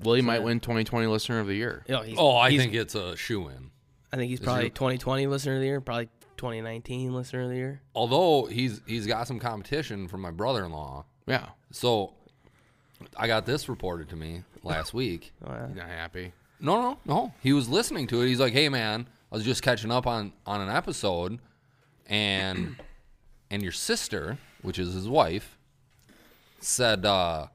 Willie might win 2020 Listener of the Year. You know, he's- Oh, I he's- think it's a shoe in. I think he's is probably your- 2020 listener of the year, probably 2019 listener of the year. Although he's he's got some competition from my brother-in-law. Yeah, So I got this reported to me last week. uh, He's not happy. No, no, no. He was listening to it. He's like, "Hey, man, I was just catching up on on an episode, and and your sister, which is his wife, said, uh,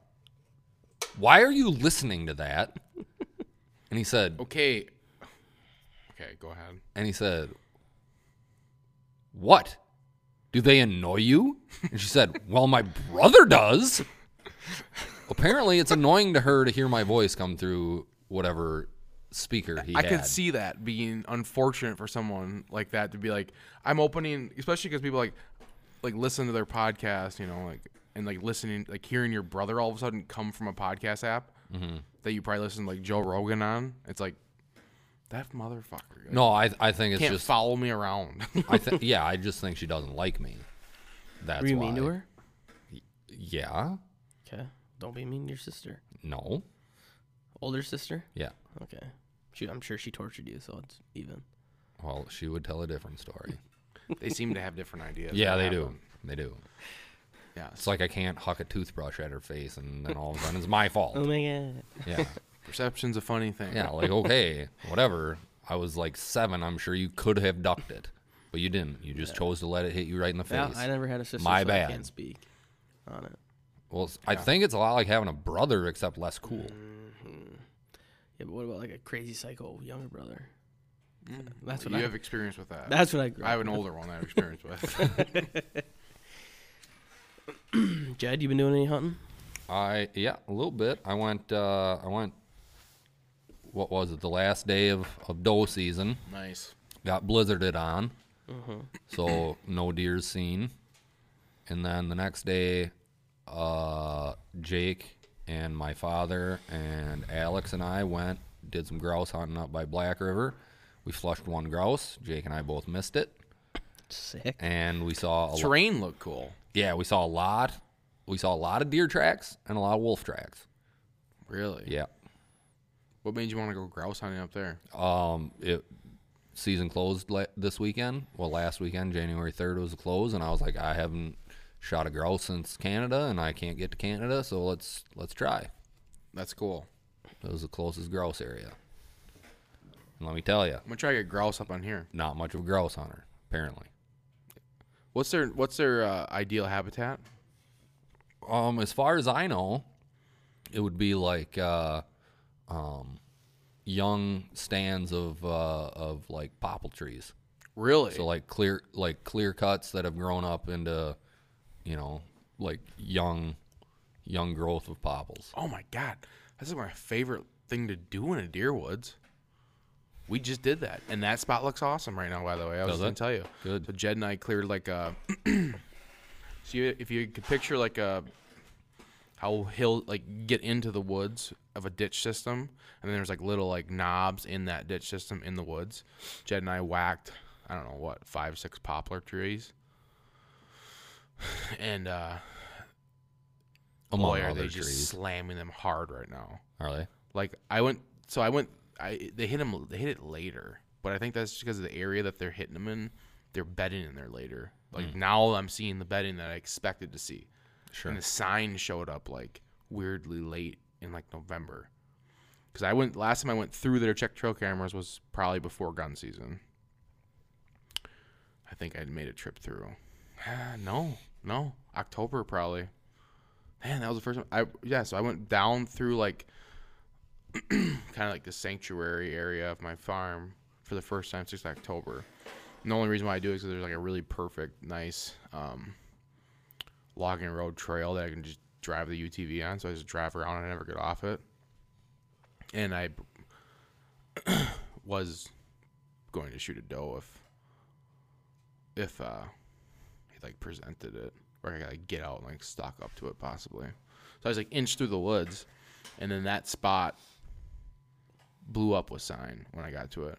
why are you listening to that?" And he said, Okay. Okay, go ahead. and he said, "What? Do they annoy you?" And she said, "Well, my brother does." Apparently, it's annoying to her to hear my voice come through whatever speaker he I had. could see that being unfortunate for someone like that to be like, I'm opening, especially because people like, like listen to their podcast, you know, like and like listening, like hearing your brother all of a sudden come from a podcast app Mm-hmm. that you probably listen to, like Joe Rogan on. It's like that motherfucker. like, No, I I think it's can't just follow me around. I th- yeah, I just think she doesn't like me. That's Were you why. mean to her? Yeah. Okay, don't be mean to your sister, No. older sister. Yeah. Okay, she, I'm sure she tortured you, so it's even. Well, she would tell a different story. they seem to have different ideas. yeah, What they do. happened. They do. Yeah, It's like I can't huck a toothbrush at her face, and then all of a sudden it's my fault. Oh my god. Yeah. Perception's a funny thing. Yeah, like okay, whatever. I was like seven. I'm sure you could have ducked it, but you didn't. You just chose to let it hit you right in the face. Well, I never had a sister. My so bad. I can't speak on it. Well, it's- I think it's a lot like having a brother, except less cool. Mm-hmm. Yeah, but what about like a crazy psycho younger brother? That's But what you I. have experience with that. that's what Mm. I grew I up have an older one I have experience with. with. Jed, you been doing any hunting? I yeah, a little bit. I went. Uh, I went. What was it? The last day of of doe season. nice. got blizzarded on, so no deer seen. And then the next day, uh, Jake and my father and Alex and I went did some grouse hunting up by Black River. We flushed one grouse. Jake and I both missed it, Sick. and we saw a lo- Terrain looked cool. yeah, we saw a lot. We saw a lot of deer tracks and a lot of wolf tracks. Really? Yeah. What made you want to go grouse hunting up there? Um, it season closed la- this weekend. Well, last weekend, January third was the close, and I was like, I haven't shot a grouse since Canada, and I can't get to Canada, so let's let's try. That's cool. That was the closest grouse area. And let me tell you, I'm gonna try to get grouse up on here. not much of a grouse hunter apparently. What's their What's their uh, ideal habitat? Um, as far as I know, it would be like uh, um, young stands of uh, of like popple trees. Really? So like clear like clear cuts that have grown up into, you know, like young young growth of popples. oh my god, this is my favorite thing to do in a deer woods. We just did that, and that spot looks awesome right now. By the way, I was Does just gonna tell it? you. Good. So Jed and I cleared like a. so you, if you could picture like a, how he'll like get into the woods of a ditch system, and then there's like little like knobs in that ditch system in the woods. Jed and I whacked, I don't know what five six poplar trees. And uh, Among boy, are other they just trees. slamming them hard right now. Are they? Like I went, so I went. I they hit them. They hit it later, but I think that's just because of the area that they're hitting them in. They're bedding in there later. Like now, I'm seeing the bedding that I expected to see. Sure. And the sign showed up like weirdly late in like November. Because I went last time I went through there to check trail cameras was probably before gun season. I think I'd made a trip through. Ah, no, no, October probably. Man, that was the first time. I yeah, so I went down through like kind of like the sanctuary area of my farm for the first time since October. And the only reason why I do it is because there's like a really perfect, nice um, logging road trail that I can just drive the UTV on. So I just drive around and I never get off it. And I was going to shoot a doe if if uh, he like presented it, or I gotta get out and like stalk up to it possibly. So I was like inched through the woods, and then that spot blew up with sign when I got to it.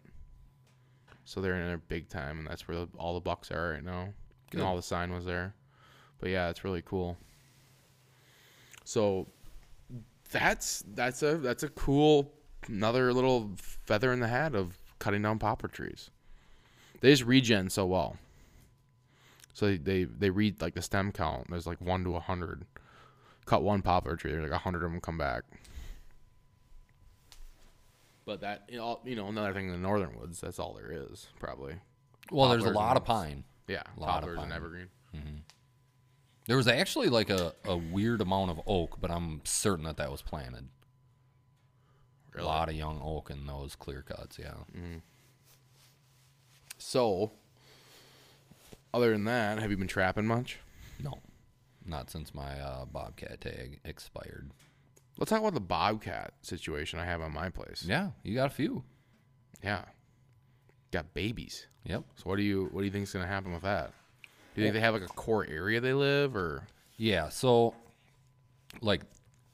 So they're in there big time, and that's where the, all the bucks are right now. And all the sign was there, but yeah, it's really cool. So that's that's a that's a cool another little feather in the hat of cutting down poplar trees. They just regen so well. So they they, they read like the stem count. There's like one to a hundred. Cut one poplar tree, there's like a hundred of them come back. But that you know, you know another thing in the northern woods. That's all there is probably. Well, there's a Poplars lot of and oaks. pine. Yeah, Lot of poplars and pine. evergreen. There was actually like a, a weird amount of oak, but I'm certain that that was planted. Really? Mm. A lot of young oak in those clear cuts, yeah. So, other than that, have you been trapping much? No. Not since my uh, bobcat tag expired. Let's talk about the bobcat situation I have on my place. Yeah, you got a few. Yeah. Got babies. Yep. So what do you what do you think's gonna happen with that? Do you think they have like a core area they live or Yeah, so like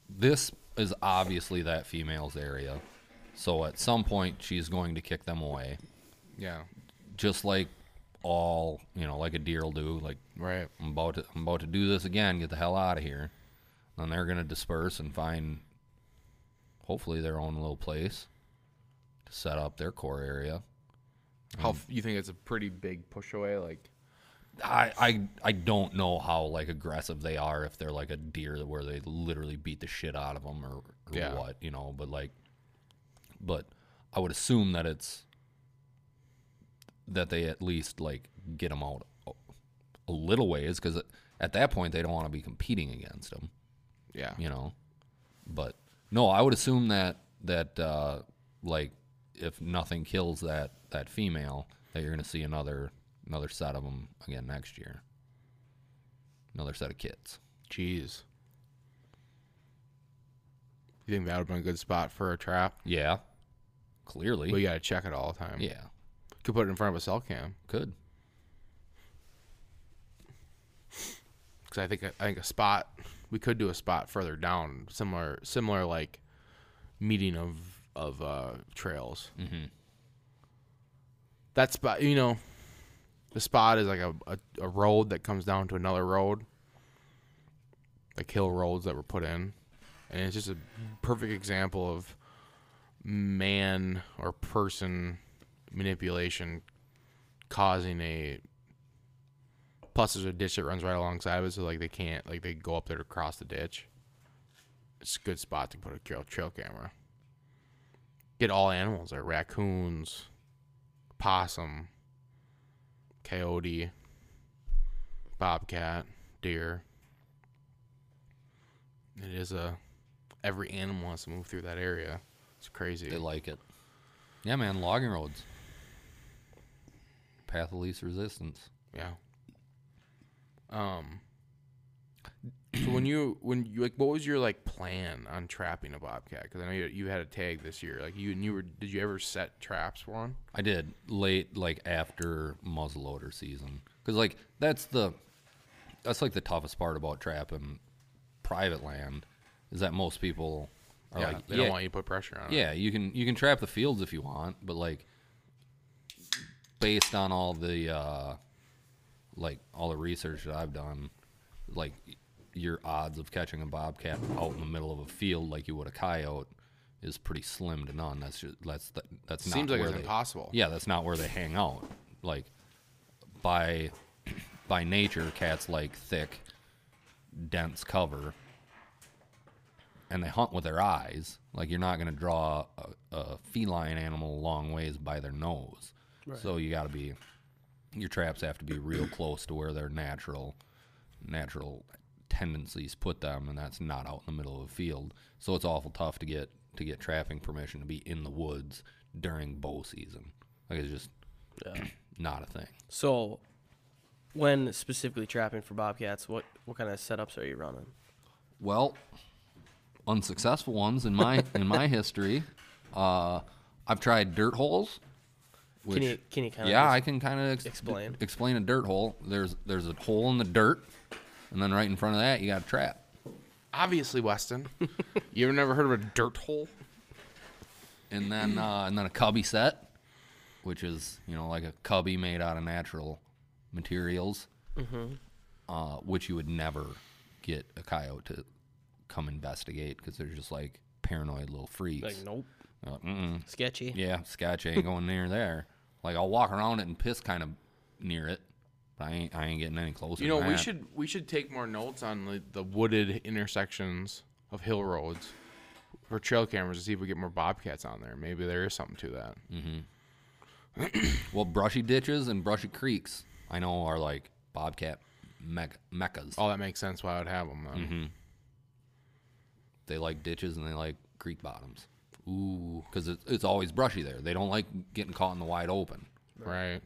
this is obviously that female's area. So at some point she's going to kick them away. Yeah. Just like all, you know, like a deer will do, like Right. I'm about to I'm about to do this again, get the hell out of here. Then they're gonna disperse and find hopefully their own little place to set up their core area. How f- you think it's a pretty big push away, like I, I I don't know how like aggressive they are if they're like a deer where they literally beat the shit out of them or, or Yeah. what you know, but like but I would assume that it's that they at least like get them out a- a little ways because at that point they don't want to be competing against them, Yeah. you know. But no, I would assume that that uh, like if nothing kills that that female, that you're gonna see another another set of them again next year, another set of kids. Jeez. You think that would have been a good spot for a trap? Yeah, clearly. But you gotta check it all the time. yeah, Could put it in front of a cell cam. could. because I think I think a spot we could do a spot further down, similar similar like meeting of of uh, trails. Mm-hmm. That spot, you know, the spot is like a, a a road that comes down to another road, like hill roads that were put in, and it's just a perfect example of man or person manipulation causing a Plus, there's a ditch that runs right alongside of it, so like they can't like they go up there to cross the ditch. It's a good spot to put a trail, trail camera. Get all animals there: raccoons, possum, coyote, bobcat, deer. It is a every animal has to move through that area. It's crazy. They like it. Yeah, man, logging roads. Path of least resistance. Yeah. Um. So when you when you like, what was your like plan on trapping a bobcat? Because I know you, you had a tag this year. Like you and you were, did you ever set traps for one? I did late, like after muzzleloader season, because like that's the that's like the toughest part about trapping private land is that most people are yeah, like, they yeah, don't want you to put pressure on. it. yeah, you can you can trap the fields if you want, but like based on all the uh like all the research that I've done, like your odds of catching a bobcat out in the middle of a field like you would a coyote is pretty slim to none. That's just that's the, that's Seems not like where it's they- impossible. Yeah, that's not where they hang out. Like by by nature, cats like thick, dense cover, and they hunt with their eyes. Like you're not gonna draw a, a feline animal a long ways by their nose. So you gotta be your traps have to be real close to where their natural natural tendencies put them and that's not out in the middle of a field so it's awful tough to get to get trapping permission to be in the woods during bow season like it's just not a thing So, when specifically trapping for bobcats, what what kind of setups are you running? Well, unsuccessful ones in my in my history. Uh, I've tried dirt holes. Which, you- can you kinda Yeah, ex- I can kind of ex- explain? explain a dirt hole. There's there's a hole in the dirt, and then right in front of that you got a trap. Obviously, Weston. you ever never heard of a dirt hole? and Mm. then uh, and then a cubby set, which is you know like a cubby made out of natural materials, Mm-hmm. uh, which you would never get a coyote to come investigate because they're just like paranoid little freaks. Like, nope, Uh, mm-mm. sketchy. Yeah, sketch ain't going near there. Like I'll walk around it and piss kind of near it, but I ain't I ain't getting any closer. You know, than we that. should we should take more notes on like, the wooded intersections of hill roads for trail cameras to see if we get more bobcats on there. Maybe there is something to that. Well, brushy ditches and brushy creeks I know are like bobcat mech- meccas. Oh, that makes sense. Why I would have them. Mm-hmm. Then. They like ditches and they like creek bottoms. Ooh, because it's, it's always brushy there. They don't like getting caught in the wide open. Right.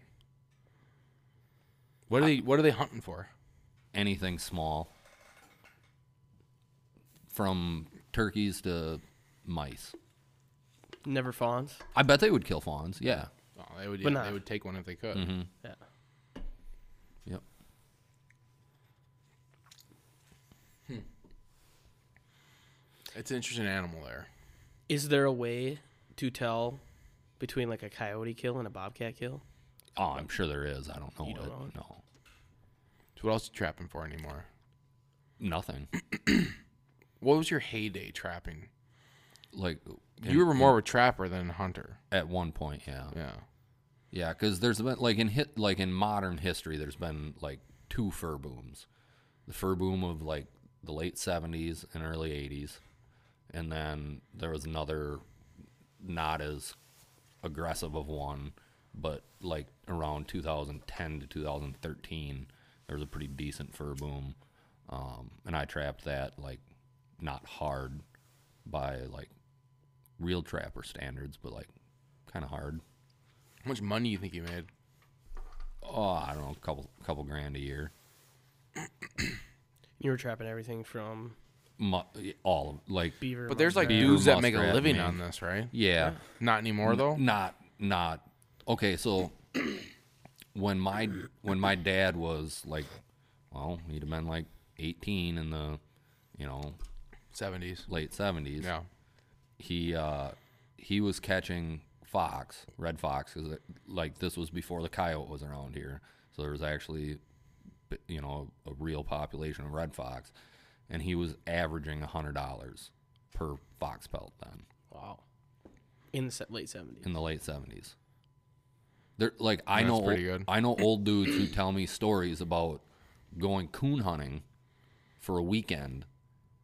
What are they what are they hunting for? Anything small, from turkeys to mice. Never fawns. I bet they would kill fawns. Yeah. Oh, they would But yeah, they not- would take one if they could. Yeah. Yep. It's an interesting animal there. Is there a way to tell between like a coyote kill and a bobcat kill? Oh, I'm sure there is. I don't know You don't it. know it? No, So what else you trapping for anymore? nothing. What was your heyday trapping? Like you were more of a trapper than a hunter. at one point. Yeah. Yeah. Yeah, because there's been like in hit like in modern history, there's been like two fur booms, the fur boom of like the late '70s and early '80s, and then there was another not as aggressive of one, but like around 2010 to 2013, there was a pretty decent fur boom, um, and I trapped that like not hard by like real trapper standards, but like kind of hard. How much money you think you made? Oh, I don't know, a couple couple grand a year. You were trapping everything from Mu- all of like beaver. But there's like muskrat. Beaver, dudes that make a muskrat, living mink. on this, right? yeah. Not anymore though. Not not okay. So when my when my dad was like, well, he'd have been like eighteen in the, you know, Seventies. late seventies. Yeah. He uh, he was catching fox, red fox, because like this was before the coyote was around here, so there was actually, b- you know, a real population of red fox, and he was averaging hundred dollars per fox pelt then. wow. In the se- late seventies. in the late seventies. They're like I That's know pretty good. I know old dudes who tell me stories about going coon hunting for a weekend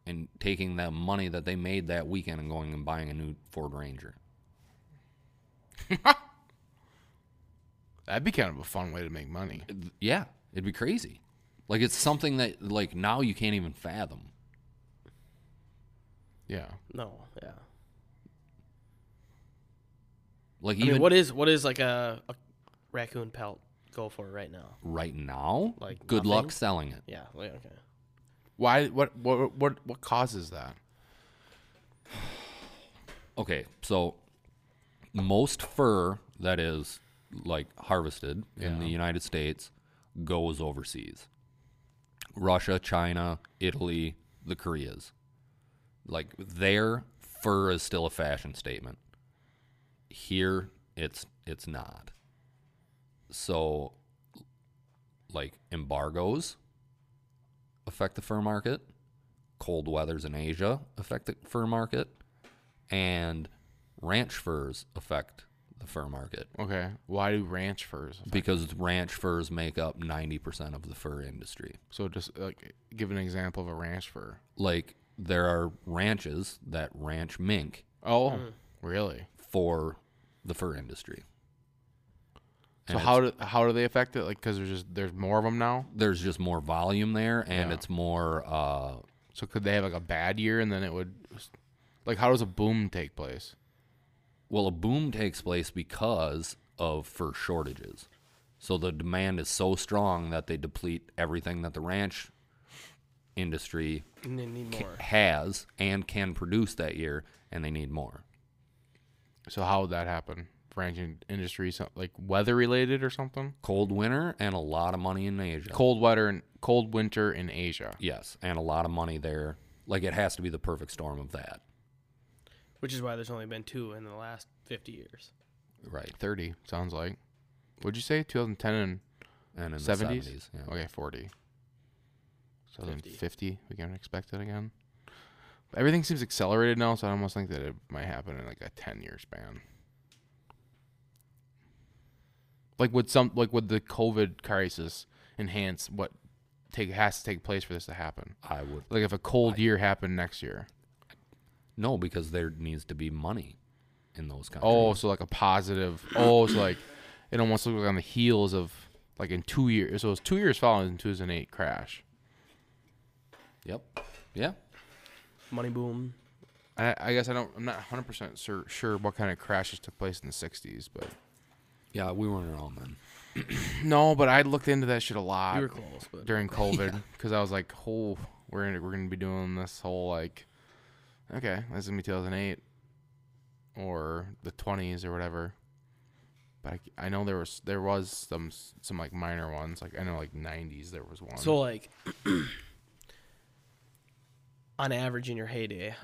and taking that money that they made that weekend and going and buying a new Ford Ranger. That'd be kind of a fun way to make money. Yeah, it'd be crazy. Like it's something that like now you can't even fathom. Yeah. No, yeah. Like I even mean, what is what is like a, a raccoon pelt go for right now? right now, Like good nothing? luck selling it. Yeah, like, okay. Why? What? What? What? What causes that? Okay, so most fur that is like harvested in the United States goes overseas. Russia, China, Italy, the Koreas. Like their fur is still a fashion statement. Here it's it's not. So like embargoes affect the fur market. Cold weathers in Asia affect the fur market and ranch furs affect the fur market Okay. Why do ranch furs? because ranch furs make up 90% of the fur industry. So just like give an example of a ranch fur. Like there are ranches that ranch mink Oh, really? for the fur industry. So And how do how do they affect it? Like because there's just there's more of them now. There's just more volume there and Yeah. it's more uh So could they have like a bad year and then it would, like how does a boom take place? Well, a boom takes place because of fur shortages. So the demand is so strong that they deplete everything that the ranch industry And they need more. has and can produce that year, and they need more. So how would that happen? Ranching industry, so- like weather related or something? Cold winter and a lot of money in Asia. Cold weather and cold winter in Asia. Yes, and a lot of money there. Like it has to be the perfect storm of that. Which is why there's only been two in the last fifty years. Right. Thirty sounds like. What'd you say? 2010 and And in the 70s. seventies. yeah. Okay, forty. So then 50. fifty, we can expect it again. But everything seems accelerated now, so I almost think that it might happen in like a ten-year span. Like would some like would the COVID crisis enhance what take has to take place for this to happen? I would. Like if a cold year happened next year. No, because there needs to be money in those countries. Oh, so like a positive. Oh, so like it almost looked like on the heels of like in two years. So it was two years following the 2008 crash. Yep. Yeah. Money boom. I, I guess I don't. I'm not 100 percent sure sure what kind of crashes took place in the 60s, but Yeah, we weren't around then. no. But I looked into that shit a lot You were close, but during COVID because I was like, "Oh, we're gonna, we're gonna be doing this whole like, okay, this is gonna be 2008 or the 20s or whatever." But I, c- I know there was there was some s- some like minor ones. Like I know like 90s there was one. so like, on average in your heyday,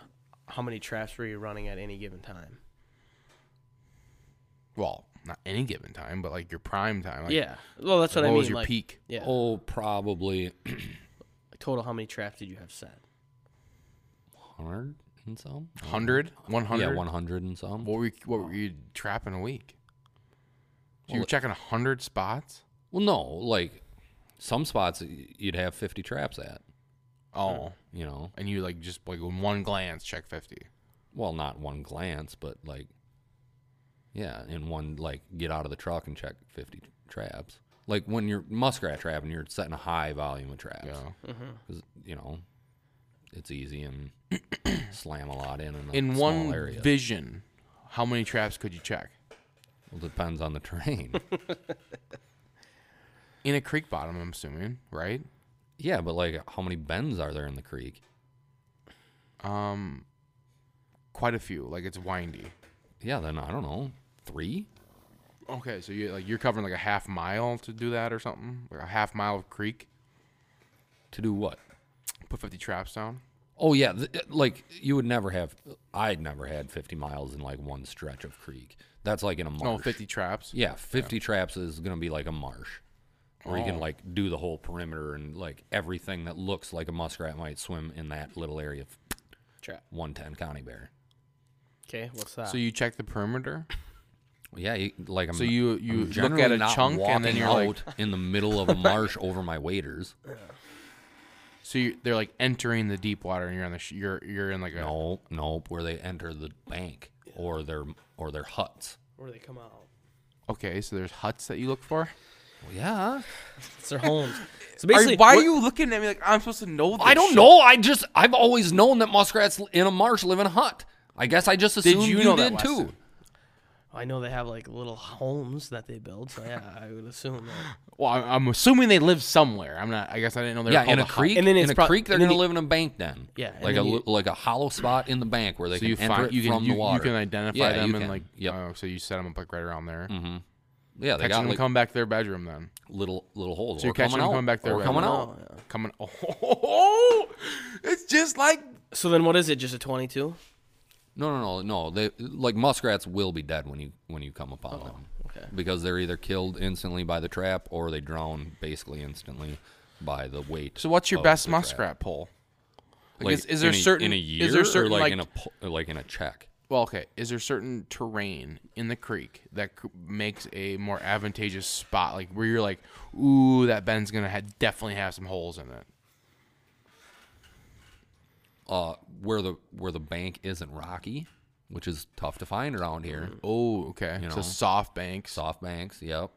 how many traps were you running at any given time? well, not any given time, but like your prime time. Like, yeah. Well, that's Like, what what I mean. was your like- peak? Yeah. Oh, probably Like, total, how many traps did you have set? 100 and some. 100, 100. Yeah, 100 and some. What were you, what were you trapping a week? So you Well, were it- checking hundred spots. Well, no, like some spots y- you'd have 50 traps at, Oh, you know. and you like just like in one glance check fifty. Well, not one glance, but like Yeah, and one like get out of the truck and check 50 traps. Like when you're muskrat trapping, you're setting a high volume of traps. Yeah. 'Cause, you know, it's easy and slam a lot in in, a In small one area. vision, how many traps could you check? Well, depends on the terrain. In a creek bottom, I'm assuming, right? yeah, but like how many bends are there in the creek? Um, quite a few. Like it's windy. Yeah, then I don't know, three. Okay, so you like you're covering like a half mile to do that or something, like a half mile of creek. To do what? Put 50 traps down. Oh yeah, th- like you would never have. I'd never had 50 miles in like one stretch of creek. That's like in a marsh. No, 50 traps. Yeah, 50 traps is going to be like a marsh where Oh. you can like do the whole perimeter and like everything that looks like a muskrat might swim in that little area of Trap. 110 county bear. Okay, what's that? So you check the perimeter. Yeah, you, like I'm So you- I'm you look generally at a not chunk and then walking you're out like- in the middle of a marsh over my waders. So you, they're like entering the deep water, and you're on the sh- you're you're in like a Nope, nope, where they enter the bank or their or their huts. Where do they come out? okay. So there's huts that you look for. Well, yeah. It's their homes. So Are you- basically, why are we're- you looking at me like I'm supposed to know? This I don't shit? know. I just I've always known that muskrats in a marsh live in a hut. I guess I just assumed Did you, know did that too. Weston? I know they have like little homes that they build, so yeah, I would assume that. Well, I'm, I'm assuming they live somewhere. I'm not. I guess I didn't know they were Yeah, called in a hut. creek. And then in it's a prob- creek, they're and then gonna you- live in a bank then. Yeah, and like a then you- li- like a hollow spot in the bank where they So can you enter find it you can from you, the you water. can Mm-hmm. identify yeah, them you and can. like yep. oh, so you set them up like right around there. yeah, they Catching got them like coming back to their bedroom then. little little holes. So We're you're catching coming them out. coming back to their We're bedroom. coming out. Coming. Oh, it's just like So then, what is it? Just a twenty-two? No, no, no, no. They like muskrats will be dead when you when you come upon Oh, them. okay. Because they're either killed instantly by the trap or they drown basically instantly by the weight. So what's your of best the trap. muskrat pull? Oh, Like, Like is, is there in a, certain in a year is there certain or like, like, in a pu- like in a check? well okay is there certain terrain in the creek that c- makes a more advantageous spot like where you're like ooh that bend's gonna ha- definitely have some holes in it uh, where the where the bank isn't rocky, which is tough to find around here. oh okay You so know. soft banks Soft banks, yep.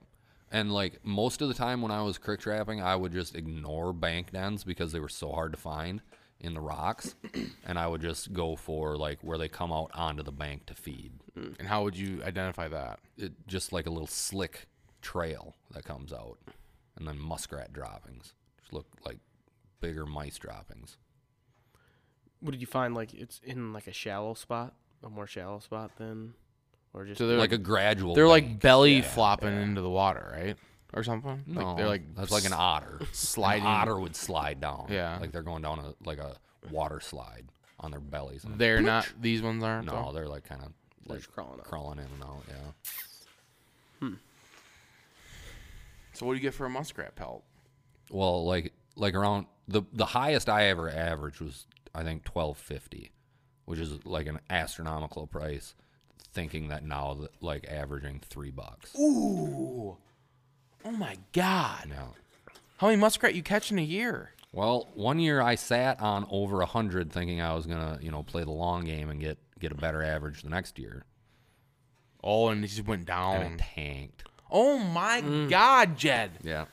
And like most of the time when I was crick trapping, I would just ignore bank dens because they were so hard to find in the rocks, and I would just go for like where they come out onto the bank to feed. and how would you identify that It just like a little slick trail that comes out, and then muskrat droppings, which look like bigger mice droppings. What did you find? Like it's in like a shallow spot, a more shallow spot than, or just so they're Like like a gradual. they're like bank. belly flopping into the water right or something No, like they're like that's like an otter. sliding- An otter would slide down. Yeah. like they're going down a like a water slide on their bellies. and- they're not these ones aren't No, though? they're like kind of like just crawling up. crawling in and out. Yeah, so what do you get for a muskrat pelt well, like like around the the highest I ever averaged was I think twelve fifty, which is like an astronomical price. Thinking that now that like averaging three bucks. oh my god Yeah. how many muskrat you catch in a year Well, one year I sat on over a hundred, thinking I was gonna, you know, play the long game and get get a better average the next year, Oh, and it just went and down. it Mm. tanked. Oh my God, Jed. Yeah.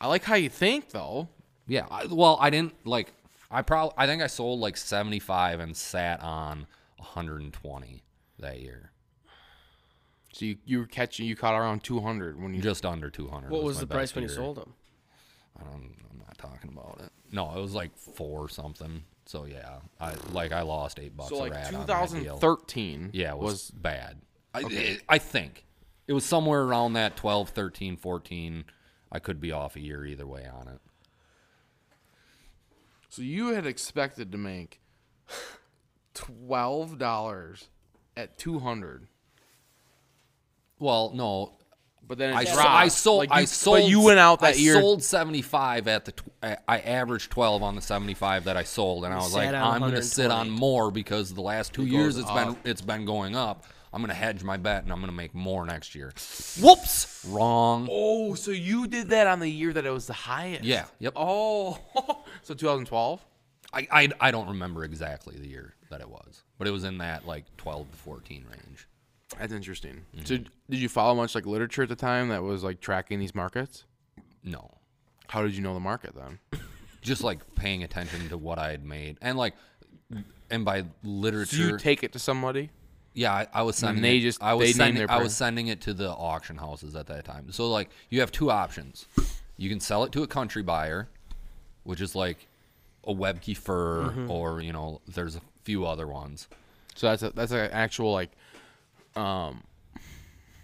I like how you think though. Yeah. I, well, I didn't like. I probably. I think I sold like seventy five and sat on one hundred and twenty that year, So you, you were catching, you caught around 200 when you just under two hundred. what was my the best price when you year. sold them? I don't. I'm not talking about it. No, it was like four something. So yeah, I like I lost eight bucks. so a like rat on that deal. 2013. Yeah, it was, was bad. I, I think it was somewhere around that 12, 13, 14. I could be off a year either way on it. so you had expected to make twelve dollars at 200, Well, no, but then it I, so- dropped. I sold. Like, you- I sold. But you went out that I year. sold seventy five at the. Tw- I, I averaged twelve on the seventy five that I sold, and I was sat like, on I'm going to sit on 120. more because the last two years it's been it's been going up. I'm going to hedge my bet, and I'm going to make more next year. Whoops, wrong. oh, so you did that on the year that it was the highest. Yeah. Yep. Oh, so 2012. I, I I don't remember exactly the year that it was, but it was in that like 12 to 14 range. That's interesting. Mm-hmm. So, did you follow much like literature at the time that was like tracking these markets? No. How did you know the market then? Just like paying attention to what I had made. And like and by Do literature you take it to somebody? Yeah, I, I was And sending. they it, just- I was they name sending. their I price. was sending it to the auction houses at that time. So like, you have two options. You can sell it to a country buyer, which is like a Webke fur, Mm-hmm. or you know, there's a few other ones. So that's a, that's an actual like, um,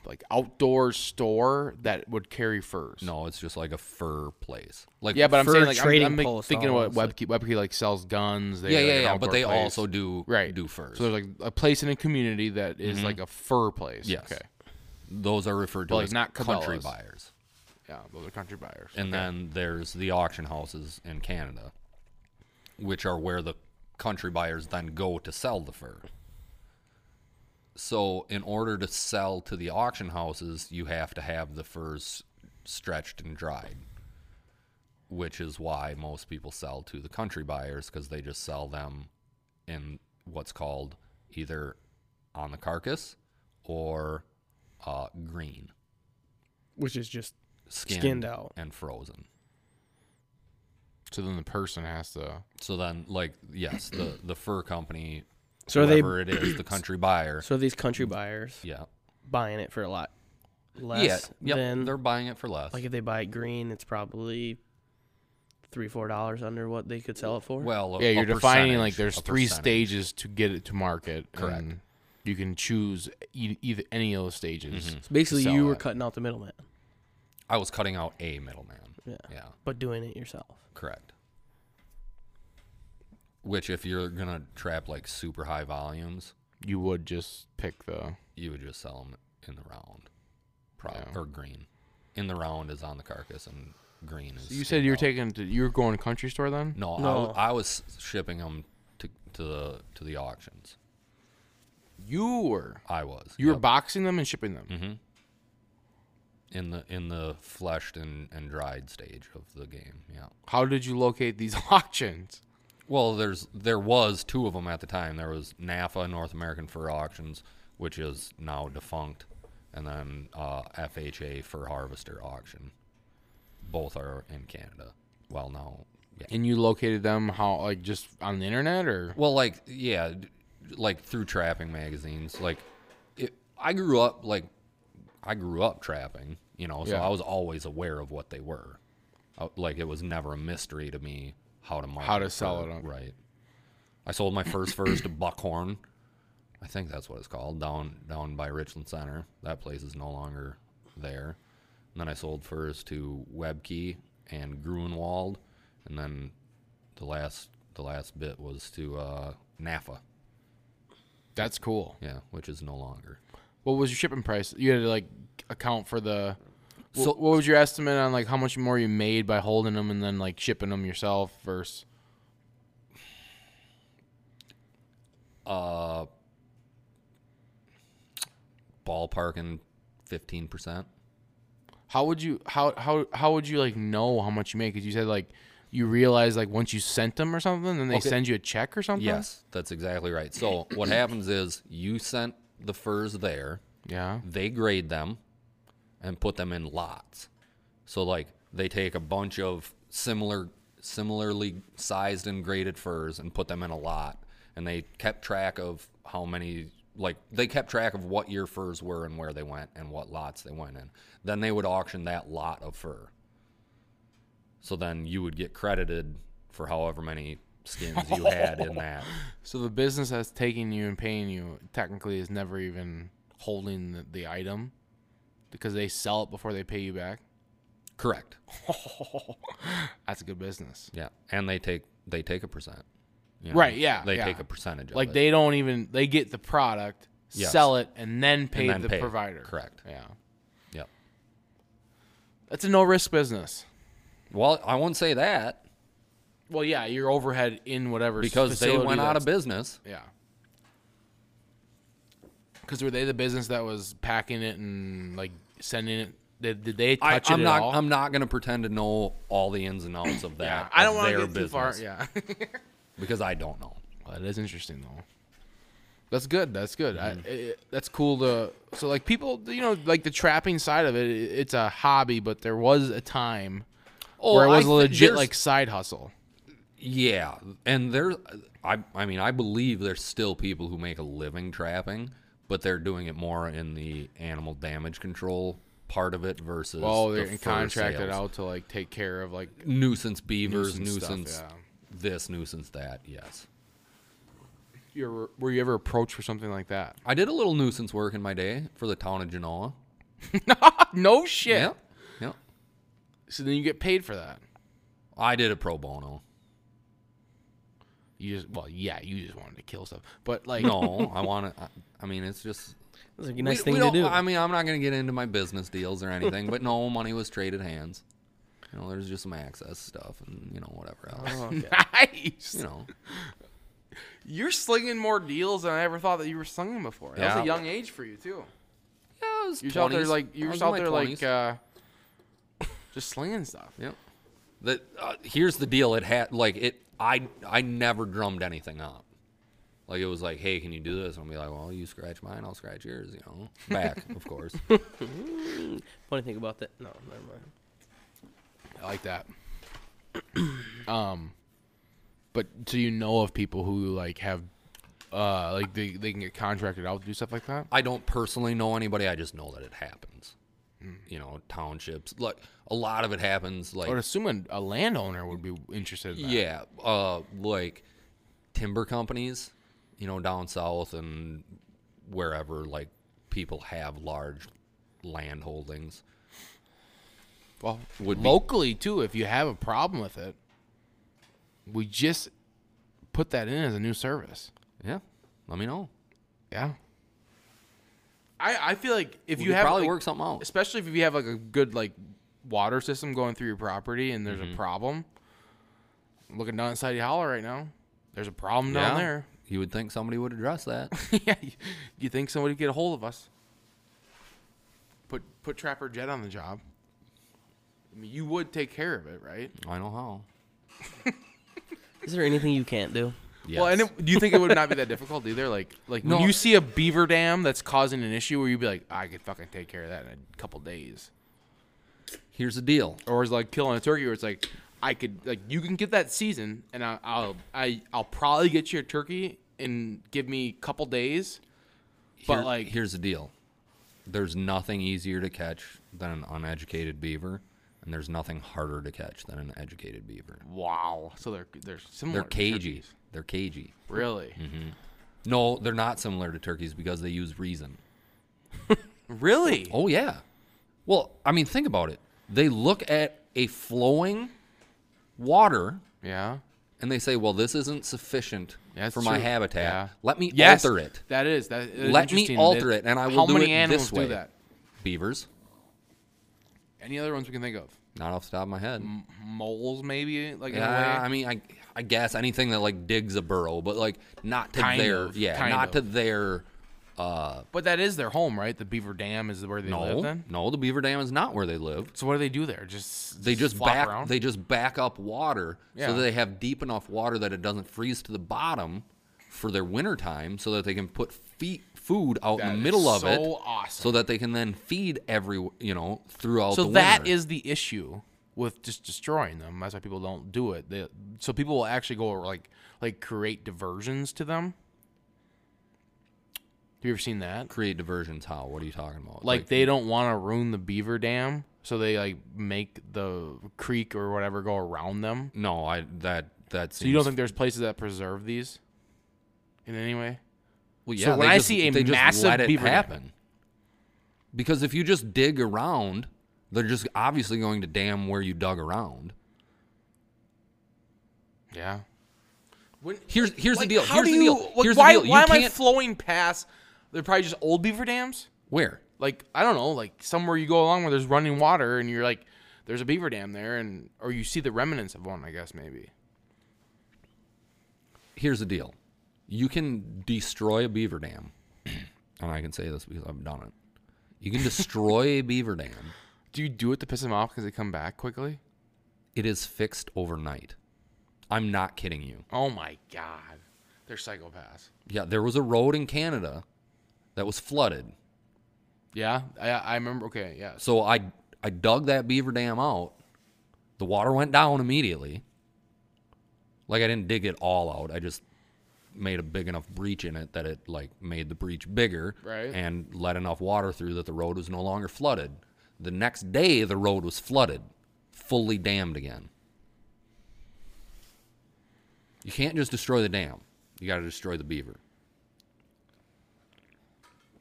like outdoor store that would carry furs. No, it's just like a fur place. Like Yeah, but I'm Fur saying like I'm- trading I'm, like, post thinking about almost, like- Webkey. Webkey like sells guns. They yeah, like, yeah, an yeah. But outdoor they place. also do right do furs. Mm-hmm. So there's like a place in a community that is, like a fur place. Yes. Okay. Those are referred to But, like, as not country Cabela's. buyers. Yeah, those are country buyers. And then there's the auction houses in Canada, which are where the country buyers then go to sell the fur. So, in order to sell to the auction houses, you have to have the furs stretched and dried, which is why most people sell to the country buyers because they just sell them in what's called either on the carcass or uh, green, which is just skinned, Skinned out. and frozen. so then the person has to. So then, like, yes, the the fur company, so are they whoever it is, the country buyer, so are these country buyers yeah, buying it for a lot yeah, less yep, than they're buying it for less. like if they buy it green, it's probably three four dollars under what they could sell it for. well, a- Yeah, a you're defining percentage, like there's a three percentage. stages to get it to market. Correct. and You can choose e- either any of those stages. so basically sell you were it. cutting out the middleman, I was cutting out a middleman. Yeah. yeah, but doing it yourself. correct. Which, if you're gonna trap like super high volumes, You would just pick the. you would just sell them in the round, pro- Yeah. or green. In the round is on the carcass, and green is. You said skinned you were out. taking. To, you were going to country store then. No, I No. wa- I, was shipping them to to the to the auctions. You were. I was. You were yep. Mm. boxing them and shipping them. Mm-hmm. in the in the fleshed and, and dried stage of the game. Yeah. How did you locate these auctions? Well, there's there was two of them at the time. There was NAFA North American Fur Auctions, which is now defunct, and then uh, FHA Fur Harvester Auction. Both are in Canada. Well, now, yeah. And you located them how like just on the internet or Well, like yeah, d- like through trapping magazines. Like, it, I grew up like I grew up trapping, you know, so Yeah. I was always aware of what they were. I, Uh, like it was never a mystery to me how to market to a sell fur, it, uh. Right. I sold my first furs to Buckhorn. I think that's what it's called down down by Richland Center. That place is no longer there. And then I sold furs to Webkey and Gruenwald, and then the last the last bit was to uh, Nafa. that's cool. Yeah, which is no longer. What was your shipping price? You had to like account for the. So, So- what was your estimate on like how much more you made by holding them and then like shipping them yourself versus? Uh, ballparking fifteen percent. How would you how how how would you like know how much you made? Because you said like you realized like once you sent them or something, then they Okay. send you a check or something. Yes, that's exactly right. So what happens is you sent the furs there, Yeah. they grade them, and put them in lots. So like they take a bunch of similar, similarly sized and graded furs and put them in a lot, and they kept track of how many. Like they kept track of what your furs were and where they went and what lots they went in. Then they would auction that lot of fur. So then you would get credited for however many skins you had in that. So the business that's taking you and paying you technically is never even holding the, the item because they sell it before they pay you back. Correct. That's a good business. Yeah, and they take they take a percent. you Right, yeah, They yeah. take a percentage. Like of it they don't even they get the product, Yes. sell it, and then pay then the pay. provider. Correct. Yeah. Yep. That's a no risk business. Well, I won't say that Well, yeah, your overhead in whatever because they facility went out that's- of business. Yeah. Because were they the business that was packing it and like sending it? Did, did they I, touch it I'm at not. all? I'm not going to pretend to know all the ins and outs of that. yeah, I don't want to get too far. Yeah. because I don't know. Well, it is interesting though. That's good. That's good. I, Mm-hmm. it- that's cool to. So like people, you know, like the trapping side of it, it it's a hobby, but there was a time Oh, where it was I a thi- legit there's- like side hustle. Yeah, and there, I, I mean, I believe there's still people who make a living trapping, but they're doing it more in the animal damage control part of it versus Oh, the they're fur contracted sales. out to like take care of like nuisance beavers, Nuisance nuisance, stuff, yeah. this, nuisance that. Yes, you were, were you ever approached for something like that? I did a little nuisance work in my day for the town of Genoa. No shit. Yeah, yeah. So then you get paid for that. I did a pro bono. You just well, yeah, you just wanted to kill stuff, but like No, I want to. I, I mean, it's just It's a nice we- thing we to don't- do. I mean, I'm not going to get into my business deals or anything, but no money was traded hands. You know, there's just some access stuff and you know whatever else. Oh. nice. You know, You're slinging more deals than I ever thought that you were slinging before. That was Yeah. a young age for you too. yeah, I was You're just out there 20s. like I you're was just in out my there like 20s. uh, just slinging stuff. yep. That uh, here's the deal. It had like it. I I never drummed anything up. Like it was like, hey, can you do this? And I'll be like, well, you scratch mine, I'll scratch yours. You know, back of course. Funny thing about that. No, never mind. I like that. um, but so you know of people who like have, uh, like they they can get contracted out to do stuff like that. I don't personally know anybody. I just know that it happens. You know, townships. Like a lot of it happens. Like I would assume an- a landowner would be interested. in that. Yeah, uh, like timber companies, you know, down south and wherever, like people have large land holdings. Well, Would be- locally too, if you have a problem with it, we just put that in as a new service. Yeah, let me know. Yeah. I, I feel like if We you could have probably like, work something out. especially if you have like a good like water system going through your property and Mm-hmm. there's a problem. Looking down inside your hollow right now, there's a problem down Yeah. there. You would think somebody would address that. yeah, you, you think somebody would get a hold of us? Put put Trapper Jet on the job. I mean, you would take care of it, right? I know how. Is there anything you can't do? Yes. Well, and it, do you think it would not be that difficult either? Like, like No. when you see a beaver dam that's causing an issue, where you'd be like, I could fucking take care of that in a couple days. Here's the deal. or is like killing a turkey, where it's like I could like you can get that season, and I, I'll I I'll probably get you a turkey and give me a couple days. But Here- like, here's the deal. There's nothing easier to catch than an uneducated beaver, and there's nothing harder to catch than an educated beaver. wow, so they're they're similar. They're to cagey. Mm-hmm. turkeys. They're cagey. really, No, they're not similar to turkeys because they use reason. really. Oh yeah. Well, I mean, think about it. They look at a flowing water Yeah, and they say, "Well, this isn't sufficient That's for my true. habitat. Yeah. Let me yes, alter it." That is that. that is Let me interesting. alter That- it, and I will How do many it this animals way. do that? Beavers, Any other ones we can think of? not off the top of my head. Mm, Moles, maybe. Like in a way. Yeah, I mean, I, I guess anything that like digs a burrow, but like not to Kind their of, yeah, kind not of. to their uh but that is their home, right? The beaver dam is where they live. no Then. no. The beaver dam is not where they live. So what do they do there? Just they just flop back around? they just back up water Yeah. so that they have deep enough water that it doesn't freeze to the bottom for their winter time so that they can put feet food out That in is the middle of it so awesome. so that they can then feed every you know throughout so the that winter. is the issue with just destroying them that's why people don't do it they, so people will actually go like like create diversions to them have you ever seen that create diversions how what are you talking about like they don't want to ruin the beaver dam so they like make the creek or whatever go around them no i that that seems, so you don't think there's places that preserve these in any way well, so yeah, when they I just- see a they just massive let it beaver dam- happen because if you just dig around they're just obviously going to dam where you dug around yeah here's here's Like, the deal how here's do the you deal like, here's why, the deal why you am i can't- flowing past they're probably just old beaver dams where like I don't know, like somewhere you go along where there's running water and you're like, there's a beaver dam there, and or you see the remnants of one, I guess maybe. here's the deal you can destroy a beaver dam and i can say this because i've done it you can destroy a beaver dam Do you do it to piss them off because they come back quickly? it is fixed overnight i'm not kidding you Oh my god, They're psychopaths. Yeah, there was a road in Canada that was flooded. Yeah, I, I remember. Okay, yes. So I I dug that beaver dam out. The water went down immediately. Like I didn't dig it all out. I just made a big enough breach in it that it like made the breach bigger Right. and let enough water through that the road was no longer flooded. The next day the road was flooded, fully dammed again. You can't just destroy the dam. You got to destroy the beaver.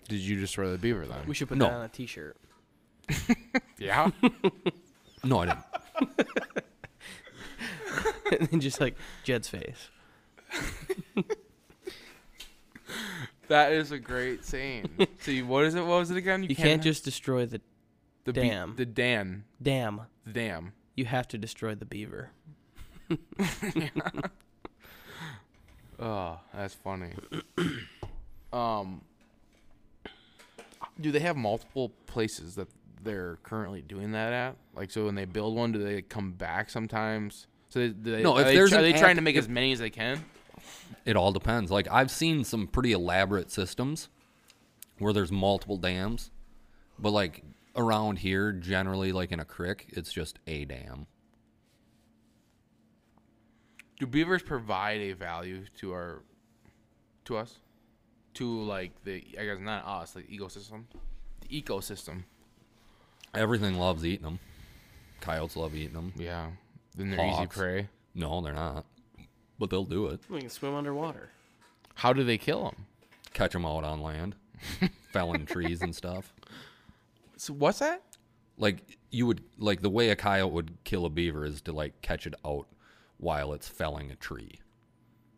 Did you destroy the beaver then? We should put No. that on a T-shirt. Yeah. No, I didn't. and then just like Jed's face. that is a great saying. See, what is it? What was it again? You can't just destroy the the be- dam. the dam. dam. The dam. You have to destroy the beaver. Oh, that's funny. um, do they have multiple places that they're currently doing that at? Like, so when they build one, do they come back sometimes? So they, do they, No, are if they, there's try- are an they trying act- to make if- as many as they can? it all depends. Like I've seen some pretty elaborate systems where there's multiple dams, but like around here, generally, like in a creek, it's just a dam. Do beavers provide a value to our, to us, to like the I guess not us, like ecosystem, the ecosystem. Everything loves eating them. Coyotes love eating them. Yeah, then they're easy Hawks. prey. No, they're not, but they'll do it. We can swim underwater. How do they kill them? Catch them out on land, felling trees and stuff. So what's that? Like you would like the way a coyote would kill a beaver is to like catch it out while it's felling a tree.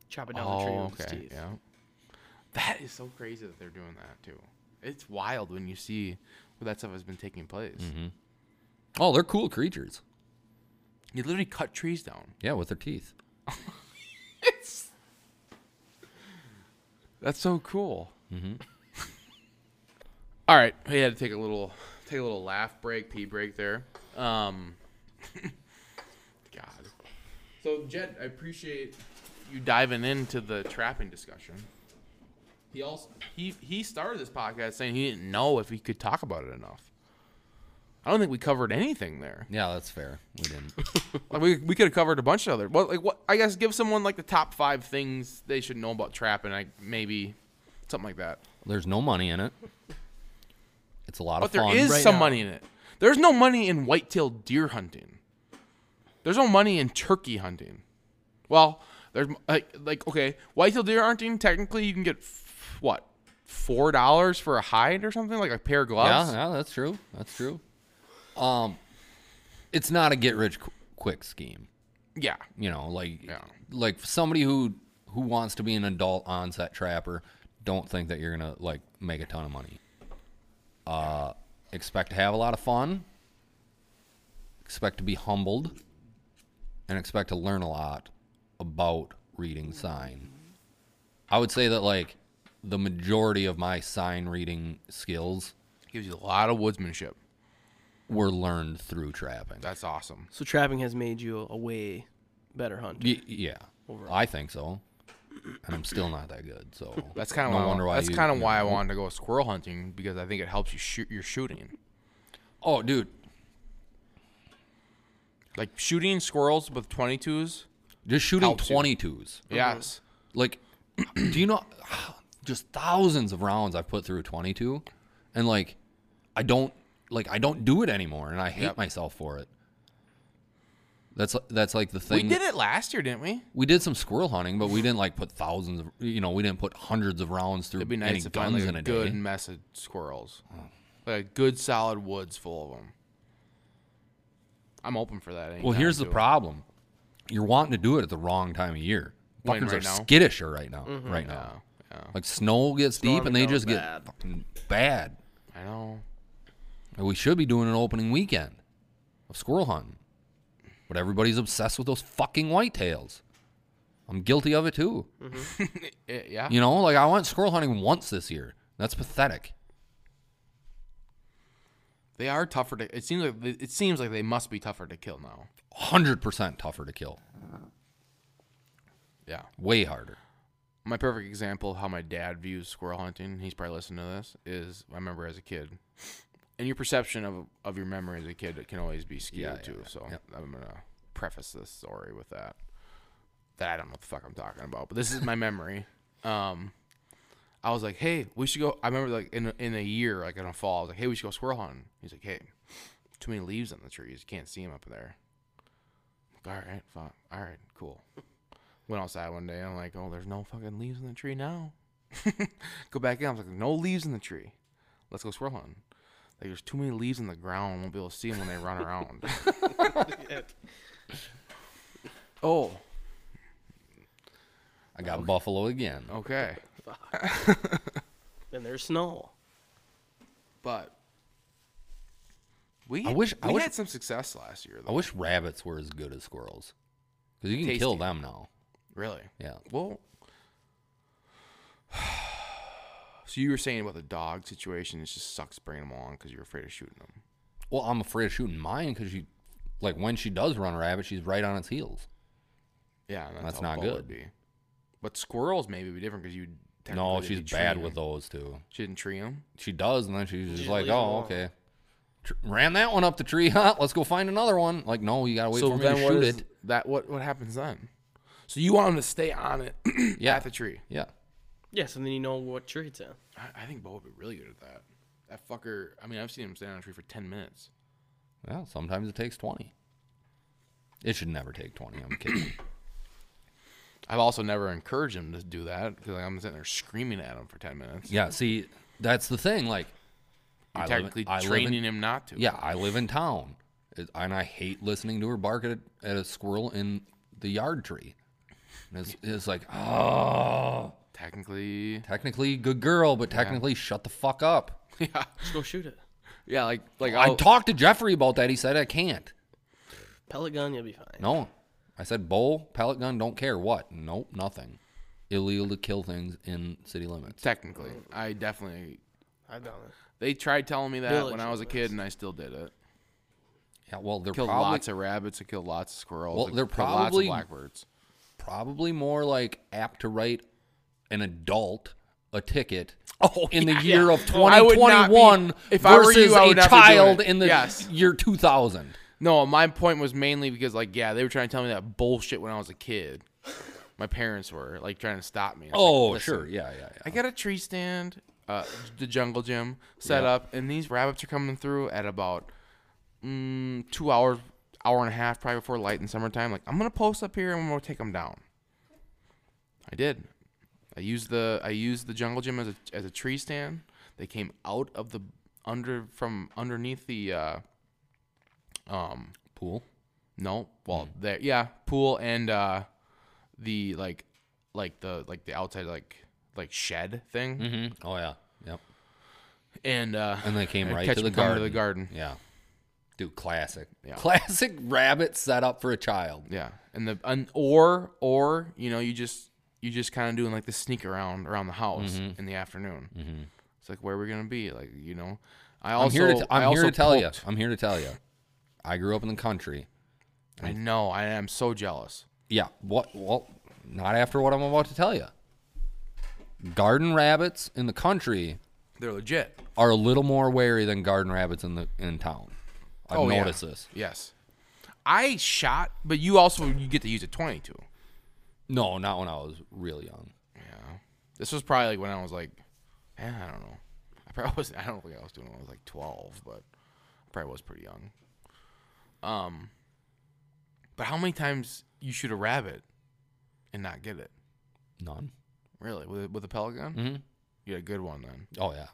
Chop it down the tree with his teeth. Oh, Yeah. That is so crazy that they're doing that too. It's wild when you see where that stuff has been taking place. Oh, they're cool creatures. You literally cut trees down. Yeah, with their teeth. That's so cool. Mm-hmm. All right, we had to take a little take a little laugh break, pee break there. Um, God. So Jed, I appreciate you diving into the trapping discussion. He also he he started this podcast saying he didn't know if he could talk about it enough. I don't think we covered anything there. Yeah, that's fair. We didn't. Like we we could have covered a bunch of other. Well, like what I guess give someone like the top five things they should know about trapping. Like maybe something like that. There's no money in it. It's a lot But of there fun. is Right some now. money in it. There's no money in white-tailed deer hunting. There's no money in turkey hunting. Well, there's m- like like okay, white-tailed deer hunting. Technically, you can get f- what four dollars for a hide or something like a pair of gloves. yeah, yeah, that's true. That's true. Um, it's not a get rich qu- quick scheme. yeah. You know, like Yeah. like somebody who who wants to be an adult onset trapper, don't think that you're gonna like make a ton of money. Uh, expect to have a lot of fun. Expect to be humbled, and expect to learn a lot about reading sign. I would say that like the majority of my sign reading skills gives you a lot of woodsmanship. were learned through trapping. That's awesome. So trapping has made you a way better hunter. Y- yeah, I think so. And I'm still not that good, so That's kind of no why. I- wonder why. that's you- kind of you why I know. wanted to go squirrel hunting because I think it helps you shoot your shooting. Oh, dude, Like shooting squirrels with 22s. just shooting Helps you. 22s. Yes. Like, do you know? Just thousands of rounds I've put through a 22, and like, I don't like I don't do it anymore, and I hate Yep. myself for it. That's that's like the We thing. did it last year, didn't we? we did some squirrel hunting, but we didn't like put thousands of you know we didn't put hundreds of rounds through It'd be nice any to guns Oh. find like, in a a good day. mess of squirrels, like a good solid woods full of them. I'm open for that. Well, anytime, here's the too. problem. You're wanting to do it at the wrong time of year. When, Fuckers right are now? Mm-hmm. skittisher right now. Right now. Like snow gets deep and they goes just bad. get fucking bad. I know. And we should be doing an opening weekend of squirrel hunting. But everybody's obsessed with those fucking whitetails. I'm guilty of it too. Eh, yeah. You know, like I went squirrel hunting once this year. That's pathetic. They are tougher to. It seems like it seems like they must be tougher to kill now. 100% tougher to kill. Yeah. Way harder. My perfect example of how my dad views squirrel hunting, he's probably listening to this, is I remember as a kid. And your perception of, of your memory as a kid can always be skewed Yeah, yeah, too. yeah. So Yep. I'm gonna preface this story with that. That I don't know what the fuck I'm talking about, but this is my memory. Um, I was like, hey, we should go. I remember like in a, in a year, like in a fall, I was like, hey, we should go squirrel hunting. He's like, hey, too many leaves on the trees, you can't see them up there. I'm like, all right, fuck, all right, cool. Went outside one day. I'm like, oh, there's no fucking leaves in the tree now. go back in. I was like, no leaves in the tree. Let's go squirrel hunting. Like, there's too many leaves in the ground. Won't be able to see them when they run around. oh, I got buffalo again. okay. And there's snow. But we I wish- I we wish- had some success last year. Though. I wish rabbits were as good as squirrels, because you can Tasty. kill them now. really. Yeah. Well, so you were saying about the dog situation? It just sucks bringing them along because you're afraid of shooting them. Well, I'm afraid of shooting mine because she, like, when she does run a rabbit, she's right on its heels. Yeah, and That's how not bull would good. Be. But squirrels maybe be different because you. No, technically she's didn't tree bad with them. those two. She didn't tree them. She does, and then she's just Just like, leave it "Oh, alone." okay, Tr- ran that one up the tree, huh? Let's go find another one." Like, no, you gotta wait so for me then to what shoot is it. that? What what happens then? So you want them to stay on it Yeah, at the tree? yeah. Yeah, so then you know what tree it's in. I, I think Bo would be really good at that. That fucker. I mean, I've seen him stand on a tree for ten minutes. Well, sometimes it takes twenty. It should never take twenty. I'm kidding. I've also never encouraged him to do that because I'm sitting there screaming at him for ten minutes. yeah, see, that's the thing. Like, You're I live in- technically I live in- training him not to. yeah, I live in town, It- and I hate listening to her bark at a, at a squirrel in the yard tree. And it's, it's like, oh, Technically. technically good girl, but technically shut the fuck up. Yeah. Just go shoot it. Yeah. Like like I I'll- talked to Jeffrey about that. He said I can't. Pellet gun, you'll be fine. No. I said bowl, pellet gun, don't care what. Nope, nothing. Illegal to kill things in city limits. technically. I definitely. I've done it. They tried telling me that Village when I was a limits. kid, and I still did it. Yeah, well, they're Killed probably lots of rabbits. I killed lots of squirrels. Well, I they're killed probably- lots of blackbirds. probably more like apt to write an adult a ticket Oh, in the yeah. year of Oh, I would not 2021 be- if I were versus you, I would a not be doing child it. in the Yes. year 2000. No, my point was mainly because like yeah, they were trying to tell me that bullshit when I was a kid. My parents were like trying to stop me. It's like, Oh, "Listen, sure. Yeah, yeah, yeah. I got a tree stand, uh, the jungle gym set Yeah. up, and these rabbits are coming through at about mm, two hours, hour and a half, probably before light in summertime. Like I'm gonna post up here and I'm gonna take them down. I did. I used the I used the jungle gym as a as a tree stand. They came out of the under from underneath the uh, um Pool. no, well, there, yeah, pool and uh, the like, like the like the outside like like shed thing, Mm-hmm. Oh, yeah. Yep. and uh, And they came I'd right catch to the 'em coming to the garden. garden. Yeah. Dude, classic. Yeah. Classic rabbit setup for a child. yeah, and the and or or you know you just you just kind of doing like the sneak around around the house Mm-hmm. in the afternoon. It's like where are we gonna be? Like you know, I also I'm here to, t- I I'm here also to tell you. poked- I'm here to tell you. I grew up in the country. I know I am so jealous. Yeah. What? Well, not after what I'm about to tell you. Garden rabbits in the country They're legit. are a little more wary than garden rabbits in the in town. I've Oh, yeah. noticed this. Yes, I shot, but you also you get to use a twenty two. No, not when I was real young. Yeah. This was probably like when I was like, eh, I don't know. I probably was. I don't think I was doing it when I was like 12, but I probably was pretty young. Um, but how many times you shoot a rabbit and not get it? None. Really, with a, with a pellet gun? hmm You had a good one then. Oh yeah.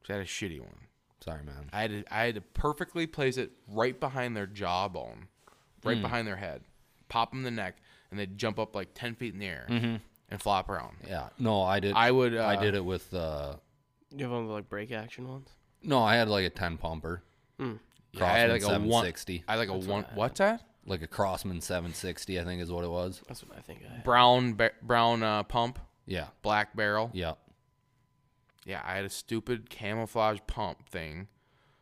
'Cause I had a shitty one. Sorry, man. I had to, I had to perfectly place it right behind their jawbone, right behind their head, pop them the neck, and they'd jump up like 10 feet in the air and flop around. Yeah. No, I did. I would. Uh, I did it with. Uh, You have one of the, like break action ones? no, I had like a ten pumper. Hmm. Yeah, I had like Crossman a one. 760. I had like a one. What's that? Like a Crossman 760, I think is what it was. That's what I think I have. Brown ba- brown uh, pump, Yeah. black barrel. Yeah. Yeah. I had a stupid camouflage pump thing,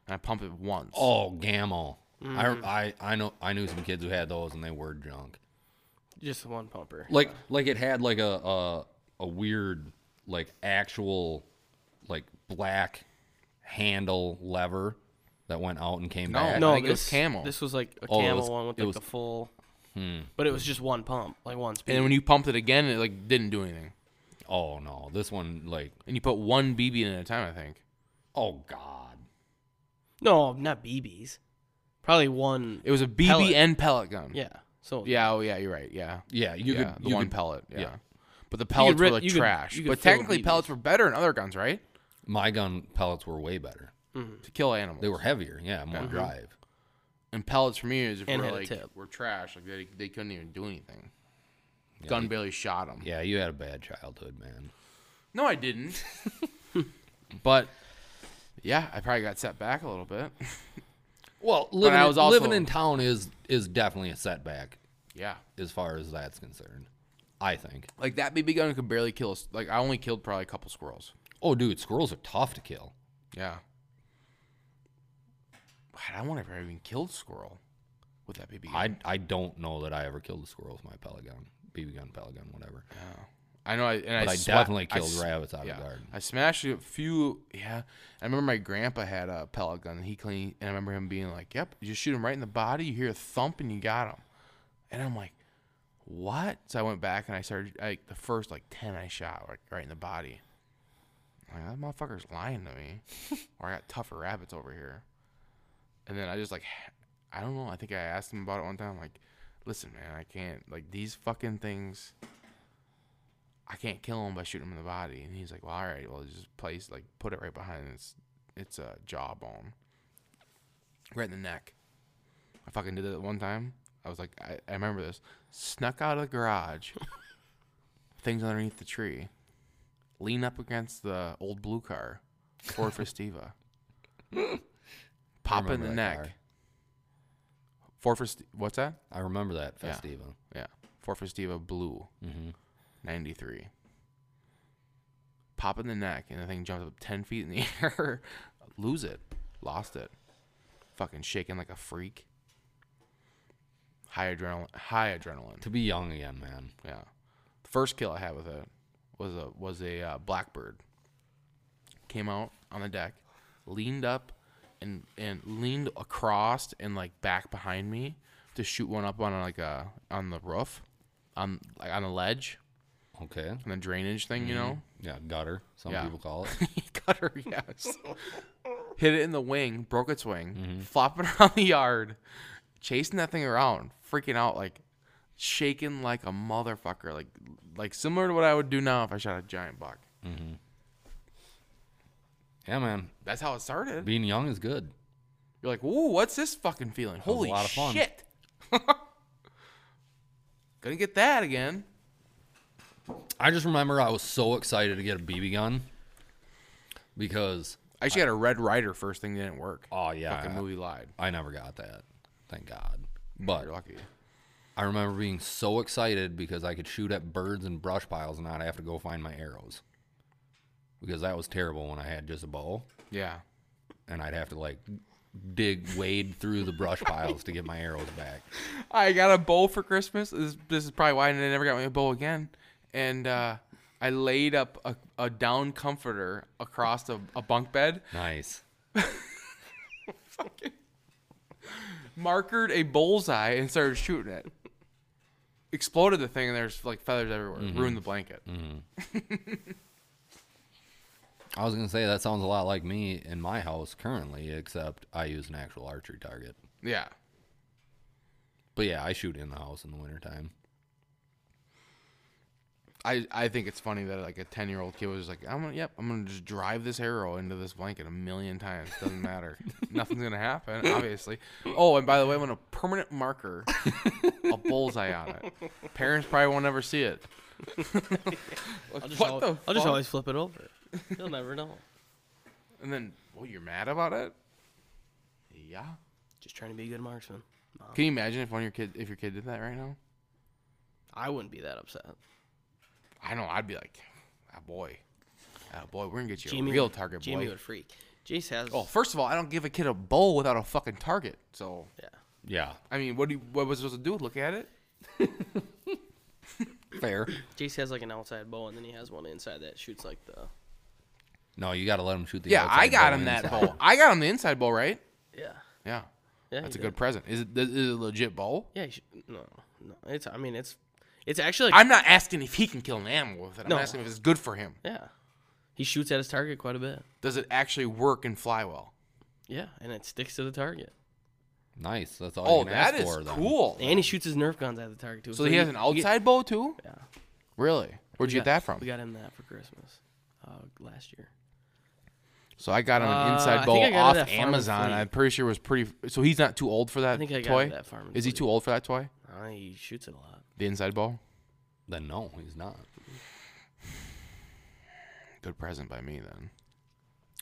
and I pumped it once. Oh, Gamel. I, I I know I knew some kids who had those and they were drunk. Just the one pumper. Like like it had like a, a a weird, like actual, like black handle lever that went out and came No, back. I No, think it was this camel. This was like a Oh, it camel was- one with it like was- the full. But it was just one pump, like one speed. Hmm. And then when you pumped it again, it like didn't do anything. Oh no, this one like And you put one BB in at a time, I think. oh god. no, not BBs. Probably one. It was a BB Pellet. and pellet gun. yeah. So Yeah. Oh yeah. You're right. Yeah. Yeah, you yeah, could the you one could- pellet. Yeah. yeah. But the pellets rip- were like you could- trash. you could but fill technically, BBs. pellets were better in other guns, right? My gun pellets were way better. mm-hmm. To kill animals. They were heavier. Yeah, more drive. And pellets for me is And were had a like tip. were trash. Like they, they couldn't even do anything. Gun barely shot them. Yeah, you had a bad childhood, man. No, I didn't. but yeah, I probably got set back a little bit. Well, living, I in- was also- living in town is is definitely a setback yeah. as far as that's concerned. I think. Like that BB gun could barely kill us. Like I only killed probably a couple squirrels. Oh, dude, squirrels are tough to kill. Yeah. God, I wonder if I even killed squirrel with that BB gun. I I don't know that I ever killed a squirrel with my pellet gun, BB gun, pellet gun, whatever. I know, I, and I, But I swa- definitely killed s- rabbits out of yeah. the garden. I smashed a few. Yeah, I remember my grandpa had a pellet gun. And he clean, and I remember him being like, "Yep, you just shoot him right in the body. You hear a thump, and you got him." And I'm like, "What?" So I went back and I started like the first like ten I shot like right in the body. I'm like that motherfucker's lying to me, or I got tougher rabbits over here. And then I just like, I don't know. I think I asked him about it one time. Like, listen, man, I can't like these fucking things. I can't kill him by shooting him in the body. And he's like, well, all right, well, just place like put it right behind its its uh, jawbone, right in the neck. I fucking did it one time. I was like, I, I remember this. Snuck out of the garage. Things underneath the tree. Lean up against the old blue car, Ford Festiva. Pop in remember the that neck. car. Ford Festi- what's that? I remember that Yeah. festiva. Yeah. Ford Festiva Blue, 93. Pop in the neck, and the thing jumps up 10 feet in the air. Lose it. Lost it. Fucking shaking like a freak. High adrenaline. High adrenaline. To be young again, man. Yeah. The first kill I had with it was a was a uh, blackbird. Came out on the deck, leaned up, and and leaned across and like back behind me to shoot one up on like a on the roof, on like on a ledge, Okay. on the drainage thing, you know. Yeah, gutter. Some Yeah. people call it. Cutter, yes. Hit it in the wing, broke its wing, Mm-hmm. flopping around the yard, chasing that thing around, freaking out, like shaking like a motherfucker, like like similar to what I would do now if I shot a giant buck. yeah, man. That's how it started. Being young is good. You're like, ooh, what's this fucking feeling? was a Holy lot of fun. shit! Gonna get that again. I just remember I was so excited to get a BB gun because I actually had a Red Rider first thing that didn't work. oh yeah, fucking I, movie lied. I never got that. Thank God. But You're lucky. I remember being so excited because I could shoot at birds and brush piles and not have to go find my arrows. Because that was terrible when I had just a bow Yeah. and I'd have to like dig wade through the brush piles to get my arrows back. I got a bowl for Christmas. This, this is probably why I never got me a bowl again. And uh, I laid up a, a down comforter across a, a bunk bed, Nice. markered a bullseye, and started shooting it. Exploded the thing, and there's like feathers everywhere. Ruined the blanket. I was gonna say that sounds a lot like me in my house currently, except I use an actual archery target. Yeah. But yeah, I shoot in the house in the wintertime. I, I think it's funny that like a ten year old kid was like I'm gonna yep I'm gonna just drive this arrow into this blanket a million times doesn't matter nothing's gonna happen obviously oh and by the way I want a permanent marker a bullseye on it parents probably won't ever see it I'll just, What al- the I'll just fuck? always flip it over. You'll never know. and then well you're mad about it yeah Just trying to be a good marksman. can you imagine if one of your kid if your kid did that right now I wouldn't be that upset. I know I'd be like ah boy ah boy we're gonna get you Jamie a real would- target Jamie boy would freak. Jace has. oh first of all I don't give a kid a bowl without a fucking target so yeah. Yeah. I mean, what do you, what was I supposed to do? Look at it? Fair. JC has like an outside bow, and then he has one inside that shoots like the. No, you got to let him shoot the. Yeah, I outside got bow him that inside. bowl. I got him the inside bowl, right? Yeah. Yeah. Yeah. That's a you good did. present. Is it, is it a legit bowl? Yeah. You should, no. No. It's. I mean, it's. It's actually. Like, I'm not asking if he can kill an animal with it. I'm No. asking if it's good for him. yeah. He shoots at his target quite a bit. Does it actually work and fly well? Yeah, and it sticks to the target. Nice. That's all. Oh, you can ask that is for, then. cool. And he shoots his Nerf guns at the target too. So he has you- an you get- outside bow too. Yeah. Really? Where'd we you got- get that from? We got him that for Christmas uh, last year. So I got him an Uh, inside I bowl think I got it off at Farm and Amazon. Fleet. I'm pretty sure it was pretty. So he's not too old for that I think I got toy. it at Farm and Is he Fleet. too old for that toy? Uh, he shoots it a lot. The inside bowl. Then no, he's not. Good present by me then.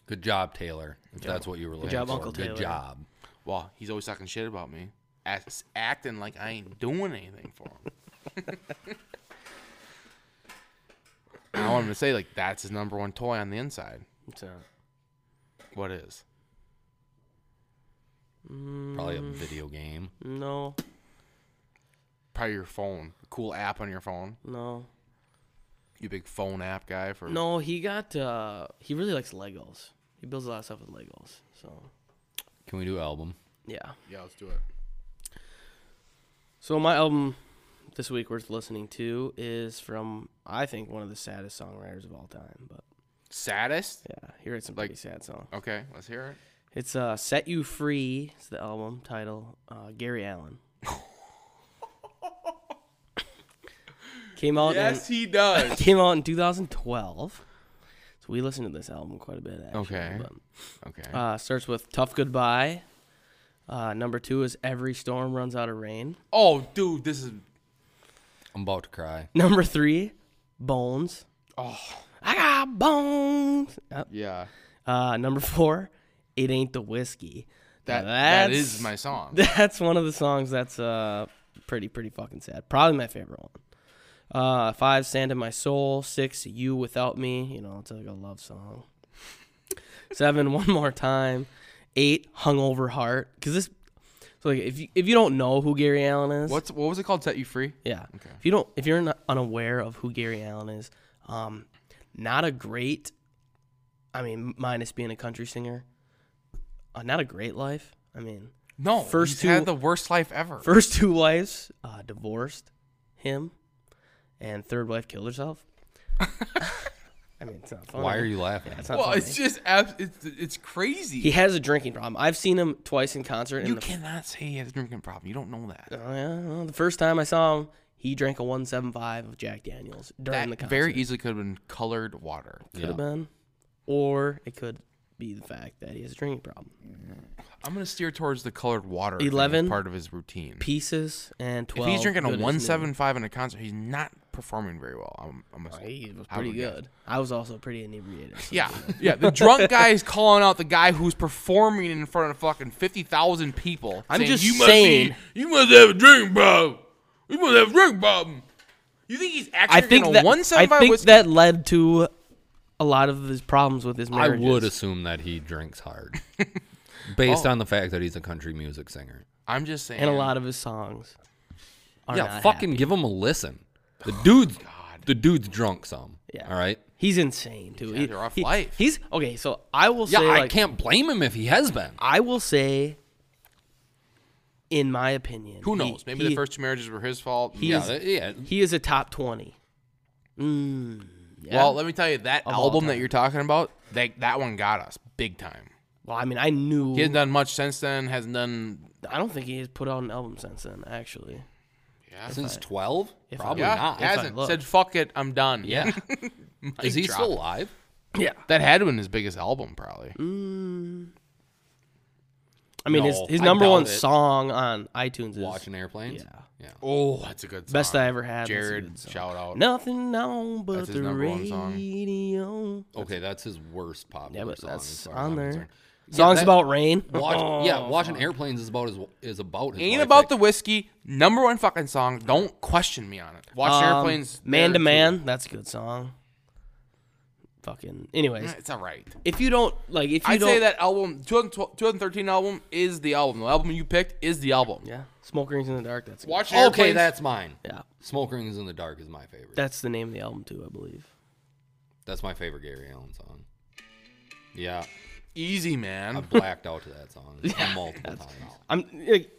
Good job, Taylor. If that's what you were looking job, for. Uncle Good Taylor. job. Well, he's always talking shit about me, Act- acting like I ain't doing anything for him. I want him to say like that's his number one toy on the inside. It's uh, not. What is? Probably Mm. a video game. No, Probably your phone. A cool app on your phone. no, You big phone app guy for no. He got. Uh, he really likes Legos. He builds a lot of stuff with Legos. So Can we do album? yeah. Yeah, let's do it. So my album this week worth listening to is from I think one of the saddest songwriters of all time. But Saddest? yeah, he writes some Like- pretty sad songs. Okay, let's hear it. It's uh, "Set You Free." It's the album title. Uh, Gary Allen. Came out in, he does. came out in 2012. So we listened to this album quite a bit. Actually, Okay. but- okay. Uh, starts with Tough Goodbye. Uh, number two is Every Storm Runs Out of Rain. oh, dude, this is I'm about to cry. Number three, Bones. Oh. I got bones. Yep. yeah. Uh, number four, It Ain't the Whiskey. That Now that that's- is my song. That's one of the songs that's uh pretty pretty fucking sad. Probably my favorite one. Uh, five, Sand in My Soul. Six, You Without Me. You know, it's like a love song. Seven, One More Time. Eight, Hungover Heart. Because this, so like if you if you don't know who Gary Allen is, What's what was it called? Set you free? yeah. If you don't, if you're not unaware of who Gary Allen is, um, not a great. I mean, minus being a country singer, uh, not a great life. I mean, No. First he's two- had the worst life ever. First two wives uh, divorced him, and third wife killed herself. I mean, it's not funny. Why are you laughing? It's not well, funny. it's just abs- it's it's crazy. he has a drinking problem. I've seen him twice in concert. and you the, cannot say he has a drinking problem. You don't know that. Oh, yeah, well, the first time I saw him, he drank a 175 of Jack Daniels during the That concert. very easily could have been colored water. could have been, or it could be the fact that he has a drinking problem. I'm gonna steer towards the colored water. thing as 11 part of his routine. Pieces and 12. if he's drinking a good as new. 175 in a concert, he's not performing very well. I'm, I'm a, He was I would pretty guess. good. I was also pretty inebriated. so- Yeah, yeah. The drunk guy is calling out the guy who's performing in front of fucking fifty thousand people. I'm just you must saying- be- you must have a drink problem. You must have a drink problem. You think he's actually I think drinking that a one I seventy five think whiskey? that led to a lot of his problems with his I marriage. would assume that he drinks hard, based Oh. on the fact that he's a country music singer. I'm just saying. and a lot of his songs. Are Yeah, not fucking happy. Oh, give him a listen. The dude's the dude's drunk some. Yeah. All right. He's insane too. He- they're off he- life. He's okay. So I will Yeah, say, I like, can't blame him if he has been. I will say, in my opinion, Who he- knows? Maybe he- the first two marriages were his fault. Yeah, Yeah. th- yeah. he is a top twenty. Mm, yeah. Well, let me tell you that Of all album that time. you're talking about, that that one got us big time. Well, I mean, I knew. He hasn't done much since then. Hasn't done. I don't think he has put out an album since then. Actually, Since twelve, if I- probably Yeah, not. hasn't look. said fuck it. I'm done. Yeah. Is he drop. still alive? yeah. That had been his biggest album, probably. I mean, his No, his I number doubt one it. song on iTunes is Watching airplanes. Yeah. Yeah. Oh, that's a good song. best I ever had. That's a Jared, good song. shout out. Nothing on but That's his the number one song. radio. Okay, that's his worst popular Yeah, but song. as that's far as I'm on there. concerned. Yeah, Songs that- about rain. Watch, yeah, watching airplanes is about his is about his Ain't life about ac- the whiskey. Number one fucking song. Don't question me on it. Watch Um, airplanes. Man there to too. man. That's a good song. fucking. Anyways, Eh, It's all right. if you don't like, if you I'd don't, say that album, 2012 2013 album, is the album. The album you picked is the album. yeah, smoke rings in the dark. That's Watch Okay, Airplanes- that's mine. yeah, Smoke Rings in the Dark is my favorite. that's the name of the album too, I believe. that's my favorite Gary Allen song. Yeah, easy, I man. blacked out to that song multiple times. I'm like,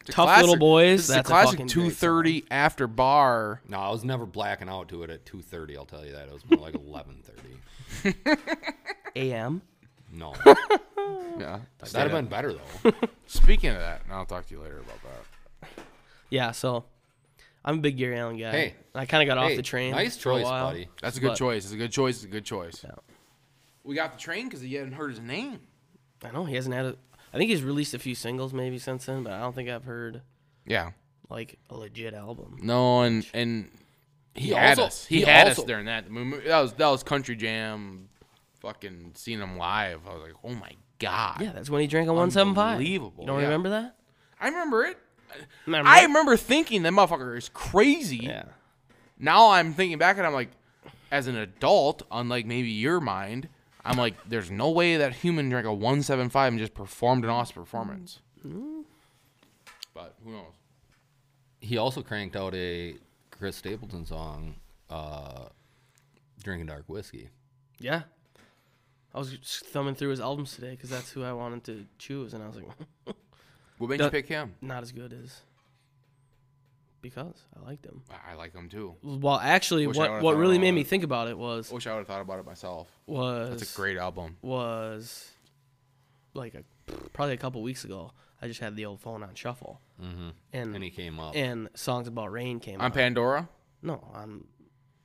It's a Tough classic. Little Boys, This is a that's a classic. fucking great Two thirty after bar. No, I was never blacking out to it at 2:30. I'll tell you that. It was more like 11:30. A.M. No, Yeah, that'd have been better though. Speaking of that, and I'll talk to you later about that. Yeah, so I'm a big Gary Allen guy. Hey. I kind of got Hey, off the train. Nice for a choice, while. buddy. That's a good But- choice. It's a good choice. It's a good choice. Yeah. We got the train because he hadn't heard his name. I know he hasn't had. A, I think he's released a few singles maybe since then, but I don't think I've heard Yeah. like a legit album. No, and and he, He had also- us. He, he had also- us during that. mo- mo- That was that was country jam. Fucking seeing him live, I was like, oh my god. Yeah, that's when he drank on 175. Unbelievable, You don't yeah. remember that? I remember it. Remember I that? remember thinking that motherfucker is crazy. Yeah. Now I'm thinking back and I'm like, as an adult, unlike maybe your mind, I'm like, there's no way that human drank a 175 and just performed an awesome performance. Mm-hmm. But who knows? He also cranked out a Chris Stapleton song, uh, "Drinking Dark Whiskey." Yeah. I was just thumbing through his albums today because that's who I wanted to choose, and I was like, What made Duh. you pick him? not as good as because I liked him. I- I like him too. Well, actually, Wish I what would've what thought really about made me it. think about it was Wish I would have thought about it myself. was That's a great album. was like a, probably a couple weeks ago. I just had the old phone on shuffle, mm-hmm. and And he came up. and songs about rain came On on. Pandora, no, on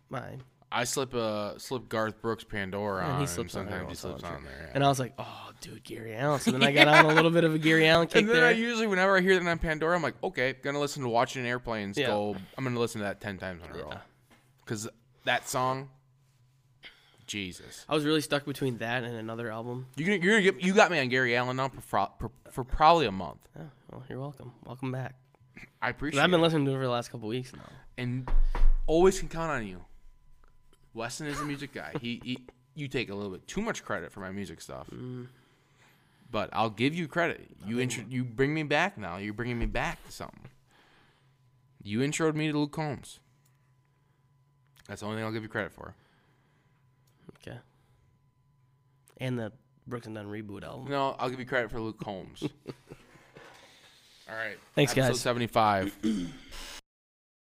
mine. I slip uh slip Garth Brooks Pandora And on. he slips on and there sometimes he once in a slips while, on there. yeah. And I was like, oh, dude, Gary Allen. So then I got on a little bit of a Gary Allen kick And then there. I usually, whenever I hear that on Pandora, I'm like, okay, gonna listen to Watching Airplanes Yeah. go. I'm gonna listen to that ten times in a row, because that song, Jesus, I was really stuck between that and another album. you gonna- you're, gonna get- you got me on Gary Allen now for, pro- for, for probably a month. Yeah, well, you're welcome. Welcome back. I 'Cause appreciate. I've been it. listening to it for the last couple weeks now. and always can count on you. Weston is a music guy. He, he you take a little bit too much credit for my music stuff, but Mm-hmm. I'll give you credit. You intro, you bring me back now. You're bringing me back to something. You introed me to Luke Combs. That's the only thing I'll give you credit for. Okay. And the Brooks and Dunn reboot album. No, I'll give you credit for Luke Combs. All right. Thanks, episode guys. Seventy-five.